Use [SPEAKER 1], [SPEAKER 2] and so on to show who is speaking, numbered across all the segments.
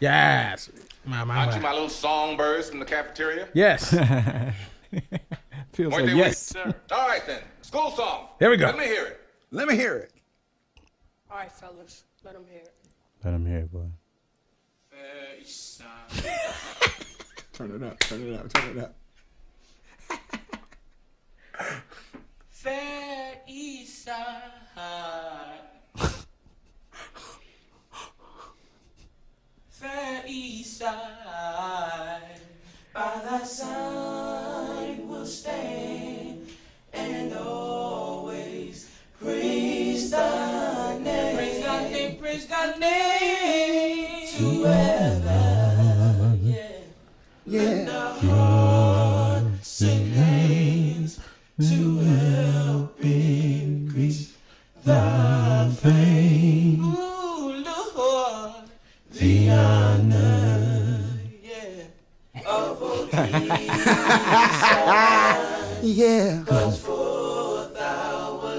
[SPEAKER 1] Yes. My, my,
[SPEAKER 2] Aren't you
[SPEAKER 1] my.
[SPEAKER 2] my little songbirds from the cafeteria?
[SPEAKER 1] Yes.
[SPEAKER 3] Feels
[SPEAKER 2] Weren't they
[SPEAKER 3] like
[SPEAKER 2] with you,
[SPEAKER 3] yes.
[SPEAKER 4] uh,
[SPEAKER 2] sir? All right then. School song.
[SPEAKER 1] Here we go.
[SPEAKER 2] Let me hear it.
[SPEAKER 5] Let me hear it.
[SPEAKER 6] All right, fellas, let them hear it.
[SPEAKER 3] Let him hear it, boy.
[SPEAKER 5] Turn it up. Turn it up. Turn it up.
[SPEAKER 6] Fair East Side. Fair East Side. By the sign will stay and always praise the name. Praise the name, praise the name. To ever, yeah.
[SPEAKER 5] Yeah.
[SPEAKER 6] Sings to help increase thy fame. Ooh, Lord, the honor, yeah, of all
[SPEAKER 5] Yeah.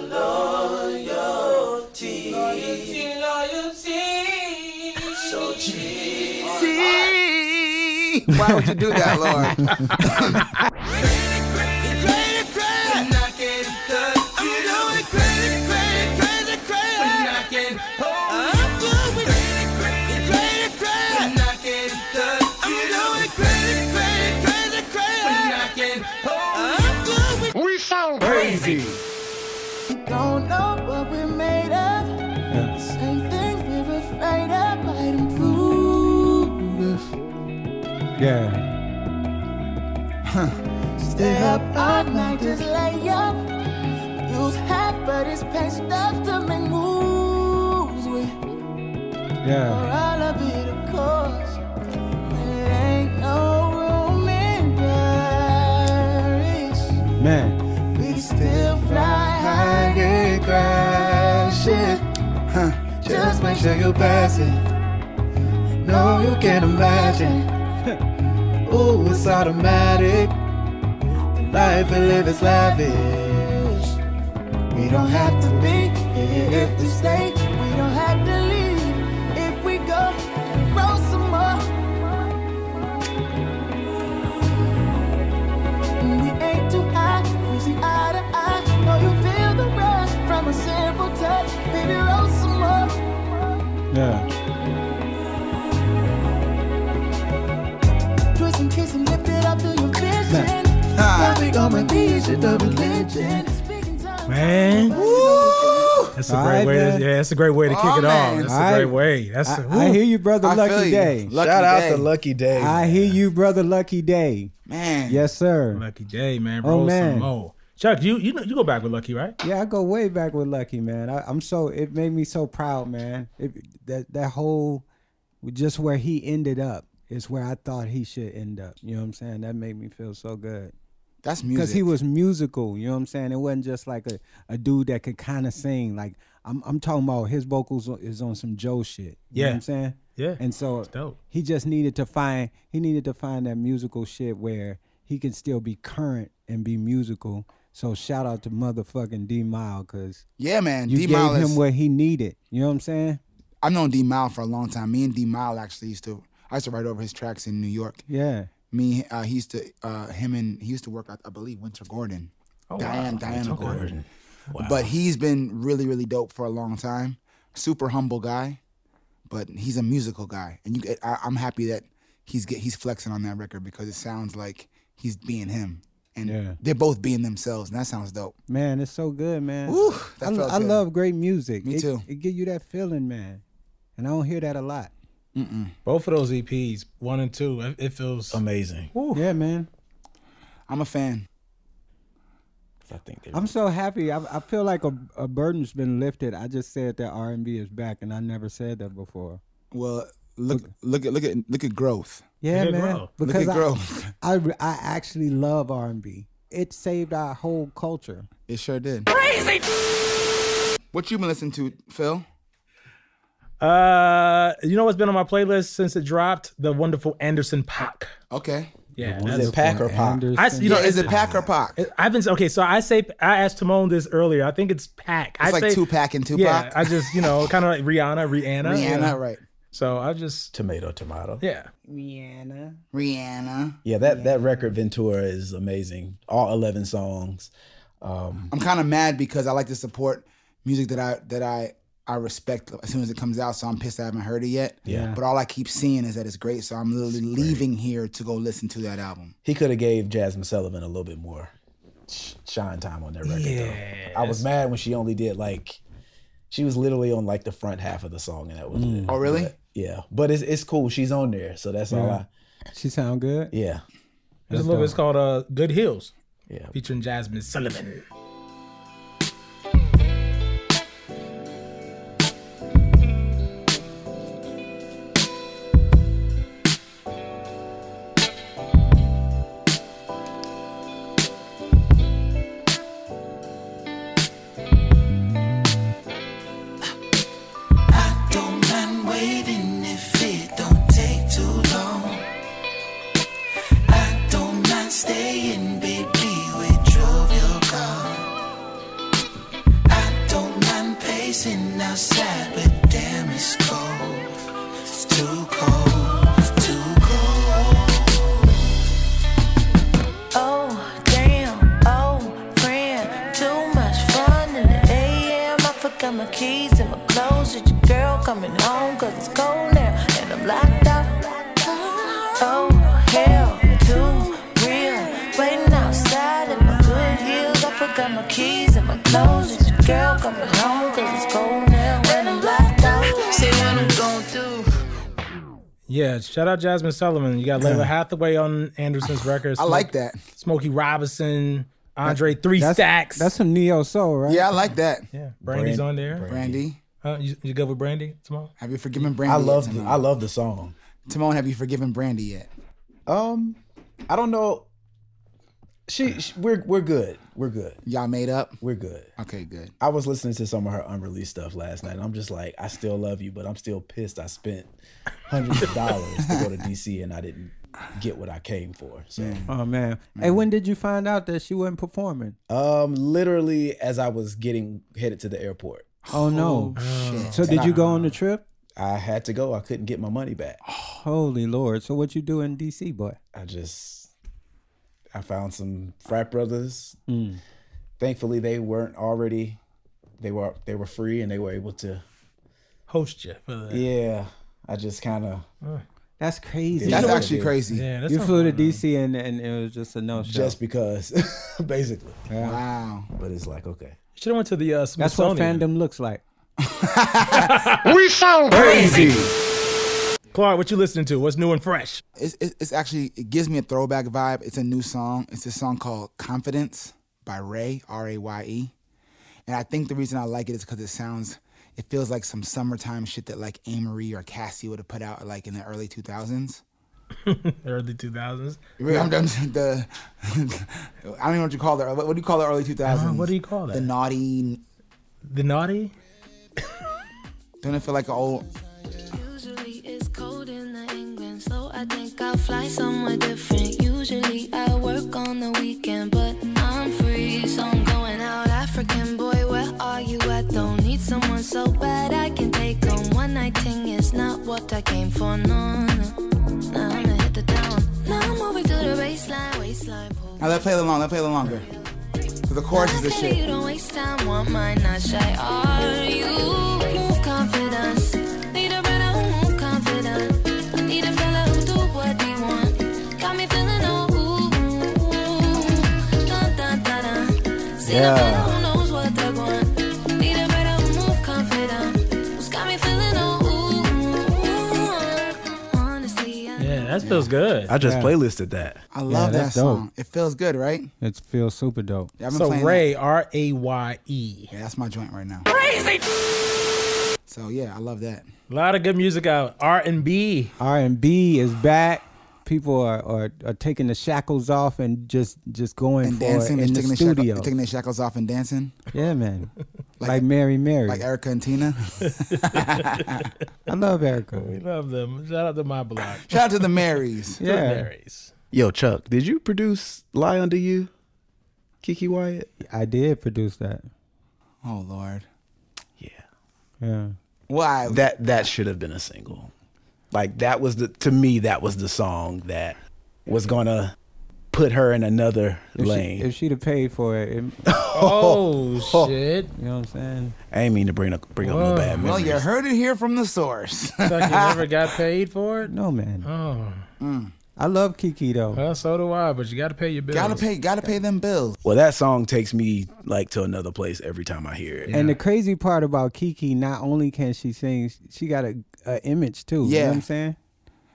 [SPEAKER 6] loyalty, loyalty. So
[SPEAKER 5] See? Why would you do that, Lord?
[SPEAKER 7] We sound crazy.
[SPEAKER 8] Don't know what we're made of. Same thing we're afraid of might improve.
[SPEAKER 3] Yeah.
[SPEAKER 8] Stay up all night, just lay up. Use half, but it's pain stuff to make moves with.
[SPEAKER 3] Yeah.
[SPEAKER 8] Or all of it, of course. When it ain't no room in Paris.
[SPEAKER 3] Man.
[SPEAKER 8] We can still fly high and crash it.
[SPEAKER 5] Huh.
[SPEAKER 8] Just make sure you pass it. No, you can't imagine. Ooh, it's automatic. The life we live is lavish. We don't have to be here if we stay. We don't have to leave if we go. Roll some more. We ain't too high, we see eye to eye. Know you feel the rush from a simple touch. Baby, roll some more.
[SPEAKER 3] Yeah.
[SPEAKER 8] Twist and kiss and lift it up to your vision.
[SPEAKER 5] Ah.
[SPEAKER 8] Now we gonna be the religion. Speaking tongues.
[SPEAKER 1] Man. That's a
[SPEAKER 3] All
[SPEAKER 1] great
[SPEAKER 3] right,
[SPEAKER 1] way.
[SPEAKER 3] man.
[SPEAKER 1] To, yeah, that's a great way to kick
[SPEAKER 5] Oh,
[SPEAKER 1] it off.
[SPEAKER 5] man.
[SPEAKER 1] That's
[SPEAKER 3] I-
[SPEAKER 1] a great way. That's
[SPEAKER 3] I,
[SPEAKER 1] a,
[SPEAKER 3] I
[SPEAKER 1] woo.
[SPEAKER 3] hear you, brother.
[SPEAKER 5] I feel
[SPEAKER 3] Lucky
[SPEAKER 5] you.
[SPEAKER 3] day.
[SPEAKER 5] Lucky
[SPEAKER 4] Shout out
[SPEAKER 5] day.
[SPEAKER 4] to Lucky Day.
[SPEAKER 3] I hear you, brother. Lucky day.
[SPEAKER 5] man.
[SPEAKER 3] Yes, sir.
[SPEAKER 1] Lucky Day, man.
[SPEAKER 3] Oh,
[SPEAKER 1] Roll
[SPEAKER 3] man.
[SPEAKER 1] some more. Chuck, you you know, you go back with Lucky, right?
[SPEAKER 3] Yeah, I go way back with Lucky, man. I, I'm so it made me so proud, man. It, that that whole just where he ended up is where I thought he should end up. You know what I'm saying? That made me feel so good.
[SPEAKER 5] That's
[SPEAKER 3] because
[SPEAKER 5] music.
[SPEAKER 3] he was musical. You know what I'm saying? It wasn't just like a, a dude that could kind of sing. Like I'm I'm talking about his vocals o- is on some Joe shit. You know
[SPEAKER 1] Yeah.
[SPEAKER 3] what I'm saying?
[SPEAKER 1] Yeah.
[SPEAKER 3] And so
[SPEAKER 1] dope.
[SPEAKER 3] he just needed to find he needed to find that musical shit where he can still be current and be musical. So shout out to motherfucking D Mile because
[SPEAKER 5] yeah, man.
[SPEAKER 3] you
[SPEAKER 5] D
[SPEAKER 3] gave
[SPEAKER 5] Mile
[SPEAKER 3] him
[SPEAKER 5] is.
[SPEAKER 3] what he needed. You know what I'm saying?
[SPEAKER 5] I've known D Mile for a long time. Me and D Mile actually used to. I used to write over his tracks in New York.
[SPEAKER 3] Yeah.
[SPEAKER 5] Me, uh, he used to. Uh, him and he used to work. at, I believe Winter Gordon.
[SPEAKER 1] Oh,
[SPEAKER 5] Diane,
[SPEAKER 1] wow.
[SPEAKER 5] Diana
[SPEAKER 1] Okay.
[SPEAKER 5] Gordon.
[SPEAKER 1] Wow.
[SPEAKER 5] But he's been really, really dope for a long time. Super humble guy, but he's a musical guy, and you. I, I'm happy that he's get, he's flexing on that record because it sounds like he's being him, and
[SPEAKER 3] Yeah.
[SPEAKER 5] they're both being themselves, and that sounds dope.
[SPEAKER 3] Man, it's so good, man.
[SPEAKER 5] Woo,
[SPEAKER 3] I,
[SPEAKER 5] that felt
[SPEAKER 3] I
[SPEAKER 5] good.
[SPEAKER 3] love great music.
[SPEAKER 5] Me
[SPEAKER 3] It-
[SPEAKER 5] too.
[SPEAKER 3] It give you that feeling, man. And I don't hear that a lot.
[SPEAKER 1] Both of those EPs, one and two, it, it feels.
[SPEAKER 4] Amazing.
[SPEAKER 3] Yeah, man.
[SPEAKER 5] I'm a fan.
[SPEAKER 4] I think they.
[SPEAKER 3] I'm so happy. I, I feel like a, a burden's been lifted. I just said that R and B is back, and I never said that before.
[SPEAKER 5] Well, look, look at look at look at growth.
[SPEAKER 3] Yeah,
[SPEAKER 1] Look at
[SPEAKER 3] man.
[SPEAKER 1] Grow.
[SPEAKER 5] Look at
[SPEAKER 3] I-
[SPEAKER 5] growth.
[SPEAKER 3] I, re- I actually love R and B. It saved our whole culture.
[SPEAKER 5] It sure did. Crazy. What you been listening to, Phil?
[SPEAKER 1] Uh, you know what's been on my playlist since it dropped? The wonderful Anderson Pac.
[SPEAKER 5] Okay.
[SPEAKER 1] Yeah,
[SPEAKER 4] Is
[SPEAKER 1] that's,
[SPEAKER 4] it Pack or
[SPEAKER 5] Ah.
[SPEAKER 4] Pop?
[SPEAKER 3] Anderson.
[SPEAKER 1] I you know
[SPEAKER 5] Yeah, is
[SPEAKER 1] it's-
[SPEAKER 5] it pack or pop? It's
[SPEAKER 1] I've been okay. So I say I asked Timon this earlier. I think it's Pac. I
[SPEAKER 5] like
[SPEAKER 1] say,
[SPEAKER 5] Tupac and Tupac.
[SPEAKER 1] Yeah, I just you know kind of like Rihanna, Rihanna.
[SPEAKER 5] Rihanna,
[SPEAKER 1] yeah.
[SPEAKER 5] right?
[SPEAKER 1] So I just
[SPEAKER 9] Tomato, tomato.
[SPEAKER 1] yeah.
[SPEAKER 3] Rihanna.
[SPEAKER 5] Rihanna.
[SPEAKER 9] Yeah, that that record Ventura is amazing. All eleven songs. Um,
[SPEAKER 5] I'm kind of mad because I like to support music that I that I I respect as soon as it comes out. So I'm pissed I haven't heard it yet.
[SPEAKER 9] Yeah.
[SPEAKER 5] But all I keep seeing is that it's great. So I'm literally leaving here to go listen to that album.
[SPEAKER 9] he could have gave Jasmine Sullivan a little bit more sh- shine time on that record. though. I was mad when she only did like she was literally on like the front half of the song, and that was
[SPEAKER 1] Mm.
[SPEAKER 9] it.
[SPEAKER 5] Oh really?
[SPEAKER 9] Yeah, but it's it's cool. She's on there, so that's all. I
[SPEAKER 3] She sound good.
[SPEAKER 9] Yeah,
[SPEAKER 1] There's a little bit. It's called uh, Good Hills
[SPEAKER 9] yeah.
[SPEAKER 1] featuring Jasmine Sullivan.
[SPEAKER 10] Don't mind waiting if it don't take too long. I don't mind staying, baby, with your car. I don't mind pacing outside, but damn, it's cold. It's too cold. It's too cold. Oh, damn. Oh, friend. Too much fun in the AM. I forgot my keys and my clothes. Did your girl coming home? Cause it's cold now and I'm locked out. Oh, hell. Too real. Waiting outside in my good heels. I forgot my keys and my clothes. Did your girl coming home? Cause it's cold now and I'm locked out. Say what I'm going through.
[SPEAKER 1] Yeah, shout out Jasmine Sullivan. You got Layla Hathaway on Anderson's record.
[SPEAKER 5] I like that.
[SPEAKER 1] Smokey Robinson, Andre Three
[SPEAKER 3] That's,
[SPEAKER 1] Stacks.
[SPEAKER 3] That's some neo soul, right?
[SPEAKER 5] Yeah, I like that.
[SPEAKER 1] yeah, Brandy's
[SPEAKER 9] Brand-
[SPEAKER 1] on there.
[SPEAKER 5] Brandy,
[SPEAKER 1] Huh? you, you good with Brandy tomorrow?
[SPEAKER 5] have you forgiven Brandy?
[SPEAKER 9] I
[SPEAKER 5] yet,
[SPEAKER 9] love the,
[SPEAKER 5] Timon?
[SPEAKER 9] I love the song.
[SPEAKER 5] Timon, have you forgiven Brandy yet?
[SPEAKER 9] Um, I don't know. She, she we're we're good. We're good.
[SPEAKER 5] Y'all made up.
[SPEAKER 9] We're good.
[SPEAKER 5] Okay, good.
[SPEAKER 9] I was listening to some of her unreleased stuff last night. And I'm just like, I still love you, but I'm still pissed. I spent hundreds of dollars to go to DC and I didn't get what I came for. So,
[SPEAKER 3] Oh man.
[SPEAKER 5] Mm.
[SPEAKER 3] Hey, when did you find out that she wasn't performing?
[SPEAKER 9] um, literally as I was getting headed to the airport,
[SPEAKER 3] Oh no.
[SPEAKER 5] Shit.
[SPEAKER 3] So did you go on the trip?
[SPEAKER 9] I had to go. I couldn't get my money back.
[SPEAKER 3] Holy Lord. So what you do in DC, boy?
[SPEAKER 9] I just I found some frat brothers. Thankfully, they weren't already. They were they were free and they were able to.
[SPEAKER 1] Host you for the
[SPEAKER 9] Yeah, I just kind of
[SPEAKER 3] That's crazy.
[SPEAKER 5] That's
[SPEAKER 9] Yeah.
[SPEAKER 5] actually crazy.
[SPEAKER 1] yeah. that's
[SPEAKER 3] you
[SPEAKER 1] not-
[SPEAKER 3] flew to DC and, and it was just a no show.
[SPEAKER 9] just because, basically.
[SPEAKER 5] Wow.
[SPEAKER 9] But it's like okay.
[SPEAKER 1] You should have went to the uh,
[SPEAKER 3] That's what
[SPEAKER 1] Smithsonian.
[SPEAKER 3] fandom looks like.
[SPEAKER 7] We sound crazy.
[SPEAKER 1] Clark, what you listening to? What's new and fresh?
[SPEAKER 5] It's, it's, it's actually, it gives me a throwback vibe. It's a new song. It's a song called Confidence by Ray, R A Y E. And I think the reason I like it is because it sounds, it feels like some summertime shit that like Amory or Cassie would have put out like in the early 2000s.
[SPEAKER 1] Early two thousands.
[SPEAKER 5] I'm done. The I don't know what you call the what do you call the early 2000s?
[SPEAKER 1] Uh, what do you call
[SPEAKER 5] The
[SPEAKER 1] that?
[SPEAKER 5] naughty.
[SPEAKER 1] The naughty.
[SPEAKER 5] Don't it feel like an old?
[SPEAKER 8] Usually it's cold in the England, so I think I'll fly somewhere different. Usually I work on the weekend, but I'm free, so I'm going out. African boy, where are you at? Don't need someone so bad I can take on one night thing. It's not what I came for, no, no. Now I'ma hit the town. Now I'm moving to the baseline, waistline. pull.
[SPEAKER 5] Now let play a little long. Let play a little longer. 'Cause the chorus is this
[SPEAKER 8] Okay, You
[SPEAKER 5] shit.
[SPEAKER 8] don't waste time, want mine, not shy. Are you move confidence? Need a brother who move confident. Need a fella who do what he want. Got me feeling oh ooh, dun, dun, dun, dun. See a
[SPEAKER 9] Yeah.
[SPEAKER 8] fella who knows what they want. Need a brother who move confident. Who's got me feeling oh ooh. Honestly, I
[SPEAKER 1] Yeah, that feels good.
[SPEAKER 9] I just playlisted that.
[SPEAKER 5] I love that
[SPEAKER 3] that's dope.
[SPEAKER 5] song. It feels good, right?
[SPEAKER 3] It feels super dope.
[SPEAKER 5] Yeah, I've been
[SPEAKER 1] so
[SPEAKER 5] playing
[SPEAKER 1] Ray, R A Y E.
[SPEAKER 5] that. Yeah, that's my joint right now.
[SPEAKER 10] Crazy.
[SPEAKER 5] So yeah, I love that.
[SPEAKER 1] A lot of good music out. R and B.
[SPEAKER 3] R and B is back. People are, are, are taking the shackles off and just just going
[SPEAKER 5] And
[SPEAKER 3] for
[SPEAKER 5] dancing,
[SPEAKER 3] it
[SPEAKER 5] they're
[SPEAKER 3] in the
[SPEAKER 5] taking, their
[SPEAKER 3] studio.
[SPEAKER 5] shackles, taking their shackles off and dancing,
[SPEAKER 3] yeah, man. Like, Mary Mary.
[SPEAKER 5] like Erica and Tina.
[SPEAKER 3] I love Erica.
[SPEAKER 1] We love them. Shout out to my block.
[SPEAKER 5] Shout out to the Marys.
[SPEAKER 1] The
[SPEAKER 3] Yeah,
[SPEAKER 1] Marys.
[SPEAKER 9] Yo, Chuck, did you produce "Lie Under You"? Kiki Wyatt.
[SPEAKER 3] I did produce that.
[SPEAKER 5] Oh Lord,
[SPEAKER 9] Yeah,
[SPEAKER 3] Yeah.
[SPEAKER 5] why?
[SPEAKER 9] that that should have been a single. Like that was the to me that was the song that was gonna put her in another
[SPEAKER 3] If,
[SPEAKER 9] lane.
[SPEAKER 3] She, if she'd have paid for it, it
[SPEAKER 1] Oh, shit.
[SPEAKER 3] you know what I'm saying?
[SPEAKER 9] I ain't mean to bring up bring up no bad
[SPEAKER 5] Well,
[SPEAKER 9] memories.
[SPEAKER 5] you heard it here from the source.
[SPEAKER 1] It's like you never got paid for it?
[SPEAKER 3] No, man.
[SPEAKER 1] Oh,
[SPEAKER 3] I love Kiki though.
[SPEAKER 1] well, so do I, but you got to pay your bills.
[SPEAKER 5] gotta pay, gotta pay them bills.
[SPEAKER 9] Well, that song takes me like to another place every time I hear it.
[SPEAKER 3] And the crazy part about Kiki, not only can she sing, she got a, a image too. You know
[SPEAKER 5] Yeah.
[SPEAKER 3] what I'm saying?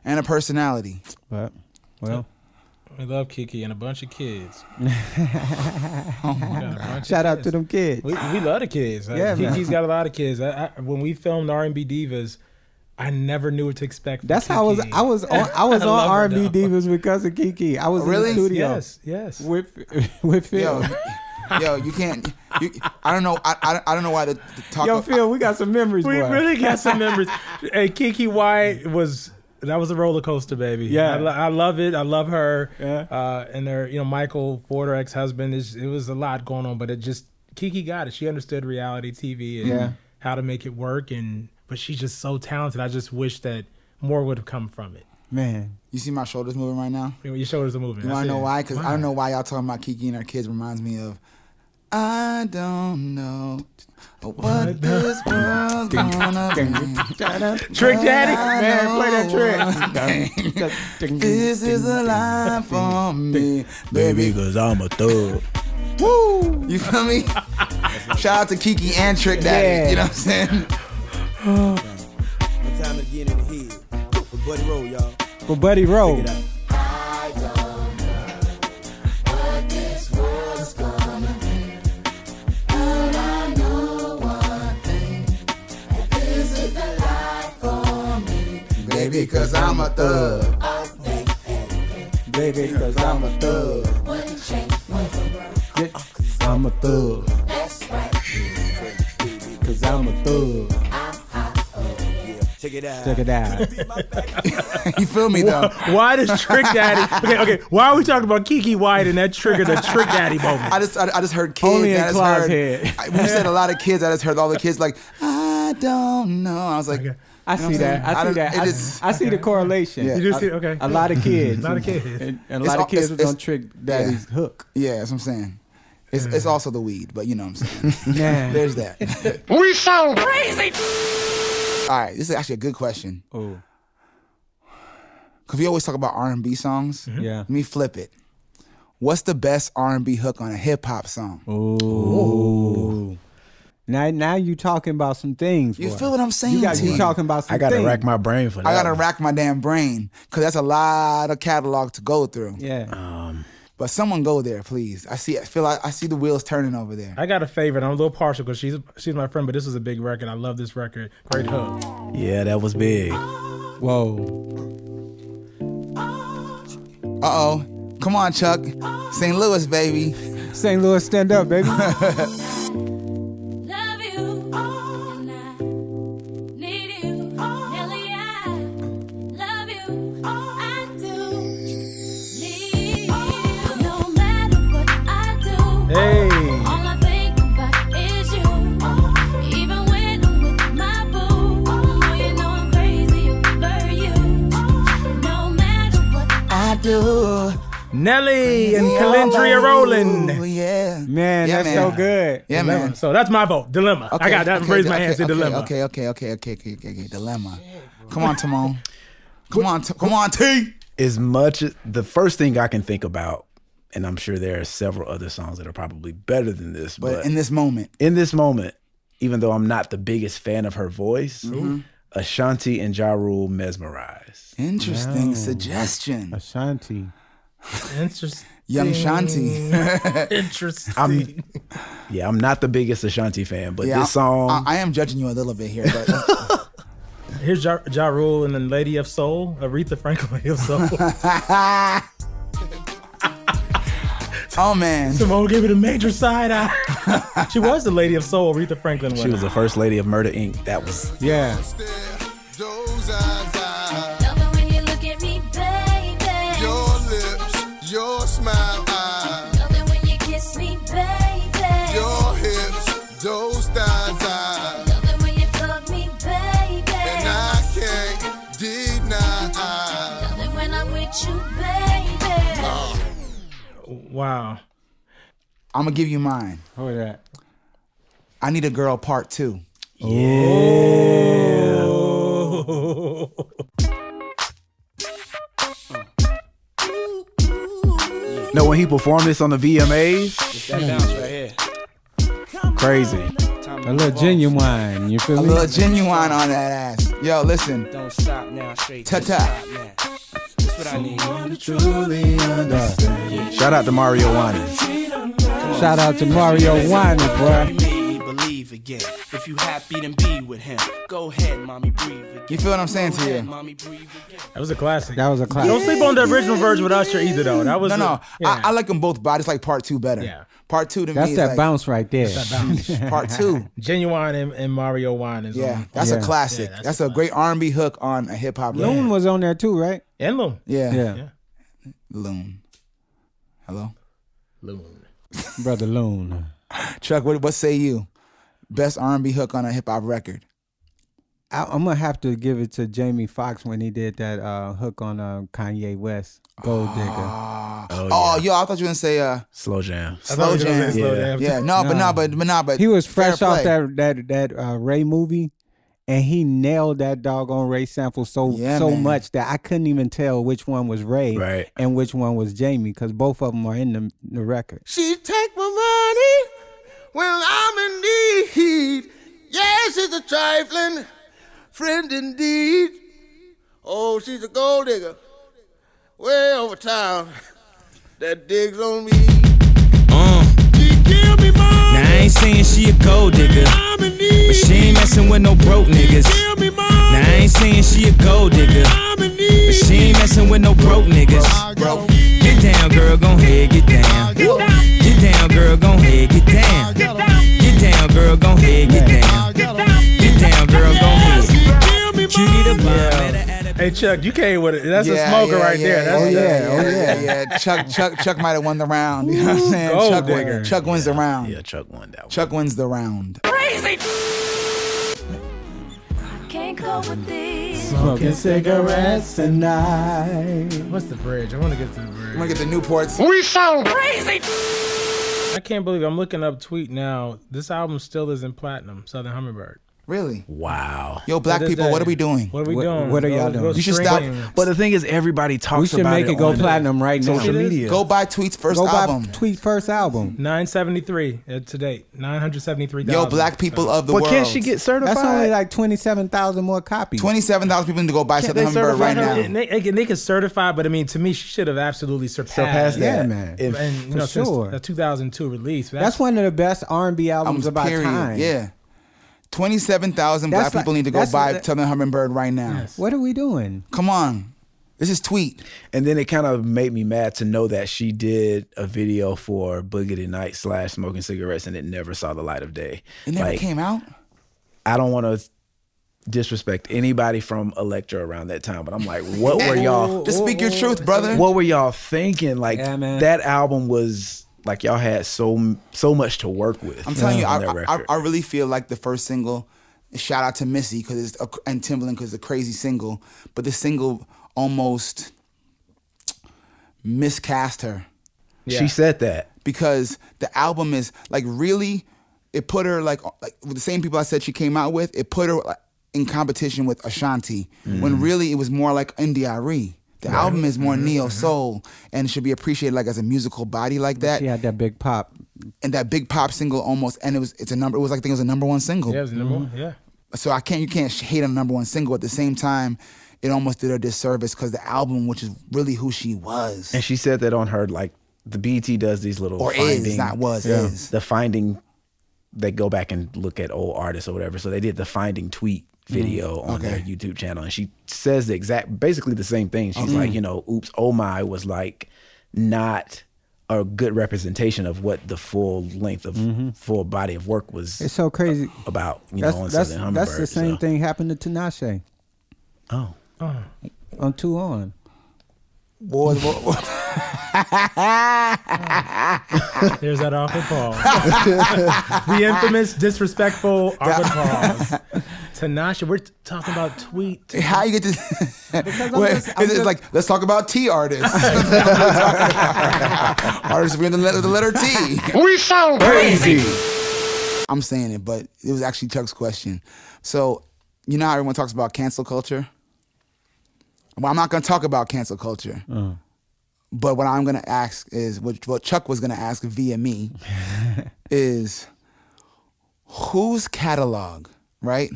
[SPEAKER 5] And a personality.
[SPEAKER 3] But well,
[SPEAKER 1] We love Kiki and a bunch of kids. We got a bunch of
[SPEAKER 3] shout out to
[SPEAKER 1] kids.
[SPEAKER 3] them kids.
[SPEAKER 1] We, we love the kids.
[SPEAKER 3] Yeah,
[SPEAKER 1] Yeah,
[SPEAKER 3] man.
[SPEAKER 1] Kiki's got a lot of kids. I, I, when we filmed R and B Divas, I never knew what to expect. from
[SPEAKER 3] That's how I was.
[SPEAKER 1] Kiki.
[SPEAKER 3] I was on. I was
[SPEAKER 1] I
[SPEAKER 3] on R
[SPEAKER 1] love
[SPEAKER 3] and
[SPEAKER 1] her,
[SPEAKER 3] B
[SPEAKER 1] though. Oh,
[SPEAKER 3] divas because of Kiki. I was
[SPEAKER 5] Really?
[SPEAKER 3] in the studio
[SPEAKER 1] Yes, yes.
[SPEAKER 3] with with Phil.
[SPEAKER 5] Yo,
[SPEAKER 3] Yo,
[SPEAKER 5] yo, you can't. You, I don't know. I, I, I don't know why the, the talk. of-
[SPEAKER 3] Phil, we got some memories.
[SPEAKER 1] we
[SPEAKER 3] boy.
[SPEAKER 1] really got some members. hey, Kiki White was that was a roller coaster, baby.
[SPEAKER 3] Yeah.
[SPEAKER 1] I, lo- I love it. I love her.
[SPEAKER 3] Yeah.
[SPEAKER 1] Uh, and her, you know, Michael Ford, her ex-husband. Is it was a lot going on, but it just Kiki got it. She understood reality TV and
[SPEAKER 3] Yeah.
[SPEAKER 1] how to make it work, and but she's just so talented. I just wish that more would have come from it.
[SPEAKER 3] man.
[SPEAKER 5] you see my shoulders moving right now.
[SPEAKER 1] You know, Your shoulders are moving.
[SPEAKER 5] You want
[SPEAKER 1] That's
[SPEAKER 5] to know
[SPEAKER 1] it.
[SPEAKER 5] why? Because I don't know why y'all talking about Kiki and her kids reminds me of. I don't know what this world's gonna be.
[SPEAKER 1] Trick
[SPEAKER 5] Oh,
[SPEAKER 1] Daddy.
[SPEAKER 5] Man, play that
[SPEAKER 3] trick.
[SPEAKER 5] This is a lie for me, baby.
[SPEAKER 9] Baby, cause I'm a thug.
[SPEAKER 5] Woo! You feel me? Shout out to Kiki and Trick Daddy. You know what I'm saying?
[SPEAKER 11] Time to get in the head. But buddy roll, y'all.
[SPEAKER 3] For Buddy Rowe.
[SPEAKER 5] Baby, cause I'm a thug.
[SPEAKER 3] Baby, because I'm a thug. Yeah, I'm a thug. Because I'm a thug.
[SPEAKER 11] Check it out.
[SPEAKER 3] Check it out.
[SPEAKER 5] you feel me though?
[SPEAKER 1] Why does Trick Daddy? Okay, okay. Why are we talking about Kiki White and that triggered the Trick Daddy moment?
[SPEAKER 5] I just I, I just heard kids.
[SPEAKER 3] Only in
[SPEAKER 5] I just
[SPEAKER 3] Clive's
[SPEAKER 5] heard,
[SPEAKER 3] head.
[SPEAKER 5] I, we said a lot of kids. I just heard all the kids like, I don't know. I was like,
[SPEAKER 3] I
[SPEAKER 5] You
[SPEAKER 3] see that.
[SPEAKER 5] know what I'm saying?
[SPEAKER 3] I
[SPEAKER 5] I
[SPEAKER 3] see
[SPEAKER 5] don't-
[SPEAKER 3] that.
[SPEAKER 5] it
[SPEAKER 3] I,
[SPEAKER 5] is-
[SPEAKER 3] I see the correlation.
[SPEAKER 5] Yeah.
[SPEAKER 1] You do see? Okay.
[SPEAKER 3] A lot of kids.
[SPEAKER 1] A lot of kids.
[SPEAKER 3] And, and a
[SPEAKER 5] It's
[SPEAKER 3] lot
[SPEAKER 5] all-
[SPEAKER 3] of kids
[SPEAKER 5] it's-
[SPEAKER 3] was on
[SPEAKER 5] it's-
[SPEAKER 3] Trick Daddy's hook.
[SPEAKER 5] yeah, that's what I'm saying. It's, it's also the weed, but you know what I'm saying.
[SPEAKER 3] Man.
[SPEAKER 5] There's that.
[SPEAKER 7] We sound crazy.
[SPEAKER 5] All right, this is actually a good question
[SPEAKER 3] Oh,
[SPEAKER 5] because we always talk about R&B songs.
[SPEAKER 3] Mm-hmm. yeah.
[SPEAKER 5] Let me flip it. What's the best R&B hook on a hip hop song?
[SPEAKER 3] Ooh. Now, now you talking about some things.
[SPEAKER 5] you
[SPEAKER 3] boy.
[SPEAKER 5] feel what I'm saying?
[SPEAKER 3] You got
[SPEAKER 5] T?
[SPEAKER 3] you talking about some
[SPEAKER 9] I gotta
[SPEAKER 3] things.
[SPEAKER 9] rack my brain for that.
[SPEAKER 5] I gotta
[SPEAKER 9] one.
[SPEAKER 5] rack my damn brain because that's a lot of catalog to go through.
[SPEAKER 3] Yeah.
[SPEAKER 5] But someone go there, please. I see. I feel like I see the wheels turning over there.
[SPEAKER 1] I got a favorite. I'm a little partial because she's she's my friend, but this was a big record. I love this record. Great hook.
[SPEAKER 9] Yeah, that was big.
[SPEAKER 3] Whoa.
[SPEAKER 5] Uh oh. Come on, Chuck. St. Louis, baby.
[SPEAKER 3] St. Louis, stand up, baby.
[SPEAKER 8] Love you, and I need you. Nelly, I love you, I do need you. No matter what I do,
[SPEAKER 1] Hey.
[SPEAKER 8] all I think about is you. Even when I'm with my boo, oh, you know I'm crazy over you. No matter what
[SPEAKER 5] I do.
[SPEAKER 1] Nelly and Calendria
[SPEAKER 5] Oh,
[SPEAKER 1] Rowland.
[SPEAKER 5] yeah.
[SPEAKER 3] Man,
[SPEAKER 5] Yeah,
[SPEAKER 3] that's
[SPEAKER 5] man.
[SPEAKER 3] so good.
[SPEAKER 5] Yeah, man.
[SPEAKER 1] So that's my vote. Dilemma. I got that.
[SPEAKER 5] okay,
[SPEAKER 1] Raise my
[SPEAKER 5] okay,
[SPEAKER 1] hands to
[SPEAKER 5] okay,
[SPEAKER 1] dilemma.
[SPEAKER 5] Okay, okay, okay, okay, okay, okay, okay. Dilemma. Come on, Timon. Come on, t- come on, T.
[SPEAKER 9] As much as- the first thing I can think about, and I'm sure there are several other songs that are probably better than this, but,
[SPEAKER 5] But in this moment,
[SPEAKER 9] in this moment, even though I'm not the biggest fan of her voice,
[SPEAKER 5] Mm-hmm.
[SPEAKER 9] Ashanti and Ja Rule mesmerized.
[SPEAKER 5] interesting suggestion.
[SPEAKER 3] Ashanti.
[SPEAKER 1] Interesting.
[SPEAKER 5] Young Shanti.
[SPEAKER 1] Interesting.
[SPEAKER 9] I'm, yeah, I'm not the biggest Ashanti fan, but
[SPEAKER 5] Yeah,
[SPEAKER 9] this
[SPEAKER 1] Oh.
[SPEAKER 9] song,
[SPEAKER 5] I, I am judging you a little bit here, but
[SPEAKER 1] Here's ja, ja Rule and then Lady of Soul, Aretha Franklin of Soul.
[SPEAKER 5] oh man,
[SPEAKER 1] Simone gave it a major side eye. she was the Lady of Soul, Aretha Franklin.
[SPEAKER 9] she
[SPEAKER 1] Was.
[SPEAKER 9] was the first lady of Murder Inc. That was
[SPEAKER 3] Yeah.
[SPEAKER 7] Those eyes, I,
[SPEAKER 8] Love it when you look at me, baby.
[SPEAKER 7] your lips, your smile, I,
[SPEAKER 8] Love it when you kiss me, baby.
[SPEAKER 7] your hips, those thighs, I,
[SPEAKER 8] Love it when you fuck me, baby.
[SPEAKER 7] and I can't deny. side.
[SPEAKER 8] Love it when I'm with you, baby.
[SPEAKER 7] Uh.
[SPEAKER 1] Wow.
[SPEAKER 5] I'm gonna give you mine.
[SPEAKER 1] Who is that?
[SPEAKER 5] I need a girl part two.
[SPEAKER 9] No, when he performed this on the VMAs,
[SPEAKER 12] It's that bounce right here.
[SPEAKER 9] crazy.
[SPEAKER 12] Time
[SPEAKER 3] A little genuine, you feel
[SPEAKER 5] A
[SPEAKER 3] me?
[SPEAKER 5] little genuine on that ass. Yo, listen.
[SPEAKER 12] Don't stop now, straight.
[SPEAKER 5] Ta-ta.
[SPEAKER 12] Don't stop now. That's what I need.
[SPEAKER 9] Shout out to Mario Wani.
[SPEAKER 3] Shout out to Mario Winer,
[SPEAKER 12] He
[SPEAKER 3] boy.
[SPEAKER 12] made me believe again. If you happy, then be with him. Go ahead, mommy, breathe again.
[SPEAKER 5] You feel what I'm saying
[SPEAKER 12] Go
[SPEAKER 5] to
[SPEAKER 12] ahead,
[SPEAKER 5] you?
[SPEAKER 12] mommy, breathe again.
[SPEAKER 1] That was a classic.
[SPEAKER 3] That was a classic.
[SPEAKER 1] Don't sleep on the original version with Usher either, though. That was
[SPEAKER 5] No,
[SPEAKER 1] a-
[SPEAKER 5] no.
[SPEAKER 1] yeah.
[SPEAKER 5] I, I like them both, but I just like part two better.
[SPEAKER 1] Yeah.
[SPEAKER 5] Part two to
[SPEAKER 3] That's
[SPEAKER 5] me
[SPEAKER 3] that
[SPEAKER 5] is
[SPEAKER 3] bounce right there.
[SPEAKER 5] like part two.
[SPEAKER 1] genuine and, and Mario Wine is um,
[SPEAKER 5] Yeah,
[SPEAKER 1] on.
[SPEAKER 5] that's
[SPEAKER 3] Yeah.
[SPEAKER 5] a classic.
[SPEAKER 1] Yeah, that's
[SPEAKER 5] that's,
[SPEAKER 1] a
[SPEAKER 5] a, great R&B hook on a hip hop.
[SPEAKER 3] Loon
[SPEAKER 5] record.
[SPEAKER 3] was on there too, right?
[SPEAKER 1] and Loon.
[SPEAKER 5] Yeah.
[SPEAKER 3] Yeah.
[SPEAKER 1] Yeah.
[SPEAKER 5] Loon. Hello,
[SPEAKER 1] Loon.
[SPEAKER 3] Brother Loon.
[SPEAKER 5] Chuck. What, what say you? Best R&B hook on a hip hop record.
[SPEAKER 3] I, I'm gonna have to give it to Jamie Foxx when he did that uh, hook on uh, Kanye West, Gold Digger.
[SPEAKER 5] Oh,
[SPEAKER 9] Oh, yeah.
[SPEAKER 5] yo, I thought you were gonna say uh,
[SPEAKER 9] Slow jam.
[SPEAKER 5] slow
[SPEAKER 1] I thought you were
[SPEAKER 5] jam.
[SPEAKER 1] gonna say slow
[SPEAKER 9] Yeah.
[SPEAKER 1] jam.
[SPEAKER 5] Yeah, no, but
[SPEAKER 3] Nah.
[SPEAKER 5] no, but but no, but
[SPEAKER 3] He was
[SPEAKER 5] fair
[SPEAKER 3] fresh off
[SPEAKER 5] play.
[SPEAKER 3] that that that uh, Ray movie, and he nailed that doggone Ray sample so
[SPEAKER 5] Yeah,
[SPEAKER 3] so
[SPEAKER 5] man.
[SPEAKER 3] much that I couldn't even tell which one was Ray
[SPEAKER 9] Right.
[SPEAKER 3] and which one was Jamie because both of them are in the, the record.
[SPEAKER 7] She take my money when I'm in need. Yes, she's a trifling friend indeed. Oh, she's a gold digger way over town that digs on me. She give me money.
[SPEAKER 12] Now I ain't saying she a gold digger,
[SPEAKER 7] I'm in need.
[SPEAKER 12] but she ain't messing with no broke niggas.
[SPEAKER 7] Give me money.
[SPEAKER 12] Now I ain't saying she a gold digger,
[SPEAKER 7] I'm in need.
[SPEAKER 12] but she ain't messing with no broke niggas.
[SPEAKER 7] Bro.
[SPEAKER 12] Get down, girl, gon' head, get down. Get down, girl, gon' head, get down. Get down, girl, gon' head, get down. Get down, girl, gon' head. Cutie the bomb, let her add a
[SPEAKER 1] Hey Chuck, you came with it. That's a
[SPEAKER 5] Yeah,
[SPEAKER 1] smoker
[SPEAKER 5] yeah,
[SPEAKER 1] right
[SPEAKER 5] yeah,
[SPEAKER 1] there. That's
[SPEAKER 5] yeah,
[SPEAKER 3] oh,
[SPEAKER 5] yeah, yeah, yeah, yeah. Chuck, Chuck, Chuck might have won the round. You know what I'm saying?
[SPEAKER 1] Gold
[SPEAKER 5] Chuck, win-
[SPEAKER 1] digger.
[SPEAKER 5] Chuck wins the round.
[SPEAKER 9] Yeah, Chuck won that one.
[SPEAKER 5] Chuck wins the round.
[SPEAKER 8] Can't cope with these.
[SPEAKER 3] Smoking cigarettes and I.
[SPEAKER 1] What's the bridge? I want to get to the bridge.
[SPEAKER 5] I'm gonna get the Newports.
[SPEAKER 1] I can't believe I'm looking up tweet now. This album still isn't platinum. Southern Hummingbird.
[SPEAKER 5] Really?
[SPEAKER 9] Wow.
[SPEAKER 5] Yo, black
[SPEAKER 1] To this
[SPEAKER 5] people, what
[SPEAKER 1] day.
[SPEAKER 5] are we doing?
[SPEAKER 1] What are we
[SPEAKER 3] What-
[SPEAKER 1] doing?
[SPEAKER 3] what are y'all
[SPEAKER 1] Go- go
[SPEAKER 3] doing?
[SPEAKER 5] You should stop.
[SPEAKER 1] streaming.
[SPEAKER 9] But the thing is, everybody talks
[SPEAKER 3] We should
[SPEAKER 9] about
[SPEAKER 3] make it go
[SPEAKER 9] on
[SPEAKER 3] platinum right now.
[SPEAKER 9] Social
[SPEAKER 1] It is.
[SPEAKER 9] media.
[SPEAKER 5] Go buy Tweet's first
[SPEAKER 3] Go
[SPEAKER 5] album.
[SPEAKER 3] buy Tweet's first album.
[SPEAKER 1] 973 uh, to date. 973.
[SPEAKER 5] Yo, black people of the
[SPEAKER 9] But
[SPEAKER 5] world.
[SPEAKER 9] can't she get certified?
[SPEAKER 3] That's only like twenty seven thousand more copies.
[SPEAKER 5] twenty-seven thousand people need to go buy
[SPEAKER 9] Can't
[SPEAKER 5] Southern
[SPEAKER 9] they
[SPEAKER 5] Hummingbird
[SPEAKER 9] certify
[SPEAKER 5] right
[SPEAKER 9] her?
[SPEAKER 5] now?
[SPEAKER 1] And they, they, can- they can certify, but I mean, to me, she should have absolutely surpassed,
[SPEAKER 9] surpass that.
[SPEAKER 3] Yeah, man.
[SPEAKER 9] If-
[SPEAKER 1] And you
[SPEAKER 3] For
[SPEAKER 1] know,
[SPEAKER 3] sure.
[SPEAKER 1] since the 2002 release,
[SPEAKER 3] That's one of the best R and B albums
[SPEAKER 5] Albums,
[SPEAKER 3] about
[SPEAKER 5] period.
[SPEAKER 3] time.
[SPEAKER 5] Yeah. Twenty-seven thousand black
[SPEAKER 3] That's like-
[SPEAKER 5] people need to go
[SPEAKER 3] that's
[SPEAKER 5] buy
[SPEAKER 3] like-
[SPEAKER 5] Southern Hummingbird right now.
[SPEAKER 3] What are we doing?
[SPEAKER 5] Come on. This is Tweet.
[SPEAKER 9] and then it kind of made me mad to know that she did a video for Boogity Night slash Smoking Cigarettes and it never saw the light of day.
[SPEAKER 5] It never
[SPEAKER 9] Like,
[SPEAKER 5] came out.
[SPEAKER 9] I don't want to disrespect anybody from Electra around that time, but I'm like, what were y'all?
[SPEAKER 5] Just speak your truth, brother.
[SPEAKER 9] What were y'all thinking? Like
[SPEAKER 3] Yeah, man.
[SPEAKER 9] that album was like y'all had so so much to work with.
[SPEAKER 5] I'm telling you,
[SPEAKER 9] on
[SPEAKER 5] I,
[SPEAKER 9] that
[SPEAKER 5] I,
[SPEAKER 9] record.
[SPEAKER 5] I really feel like the first single, shout out to Missy because it's a, and Timbaland because it's a crazy single, but the single almost miscast her
[SPEAKER 9] She said that.
[SPEAKER 5] because the album is like really it put her like like with the same people I said she came out with it put her like, in competition with Ashanti when really it was more like NDRE. E. The album is more neo soul and should be appreciated like as a musical body like that
[SPEAKER 3] She had that big pop.
[SPEAKER 5] and that big pop single almost and it was it's a number it was like I think it was a number one single.
[SPEAKER 1] Yeah, it was the number one. Yeah.
[SPEAKER 5] So I can't you can't sh- hate on the number one single at the same time. It almost did her disservice because the album, which is really who she was
[SPEAKER 9] And she said that on her like the BT does these little
[SPEAKER 5] or
[SPEAKER 9] finding,
[SPEAKER 5] is not was is
[SPEAKER 9] the finding they go back and look at old artists or whatever. So they did the finding tweet
[SPEAKER 3] Mm-hmm.
[SPEAKER 9] video on their YouTube channel and she says the exact basically the same thing. She's
[SPEAKER 3] Mm-hmm.
[SPEAKER 9] like, you know, oops, oh my was like not a good representation of what the full length of full body of work was
[SPEAKER 3] Mm-hmm. It's so crazy.
[SPEAKER 9] about, you
[SPEAKER 3] That's
[SPEAKER 9] know, on
[SPEAKER 3] that's,
[SPEAKER 9] Southern
[SPEAKER 3] that's the
[SPEAKER 9] Hummingbird,
[SPEAKER 3] same
[SPEAKER 9] so-
[SPEAKER 3] thing happened to Tinashe
[SPEAKER 9] Oh.
[SPEAKER 3] on Two On.
[SPEAKER 5] Boy, boy, boy.
[SPEAKER 1] There's that awkward pause. the infamous, disrespectful awkward pause. Tanasha, we're t- talking about tweet.
[SPEAKER 5] How you get this? Well,
[SPEAKER 3] just- I'm
[SPEAKER 5] it's, it's
[SPEAKER 3] just-
[SPEAKER 5] like let's talk about T artists. artists with the letter, the letter T.
[SPEAKER 13] We sound crazy.
[SPEAKER 5] I'm saying it, but it was actually Chuck's question. So you know how everyone talks about cancel culture. Well, I'm not going to talk about cancel culture. But what I'm going to ask is what, what Chuck was going to ask via me is whose catalog, right?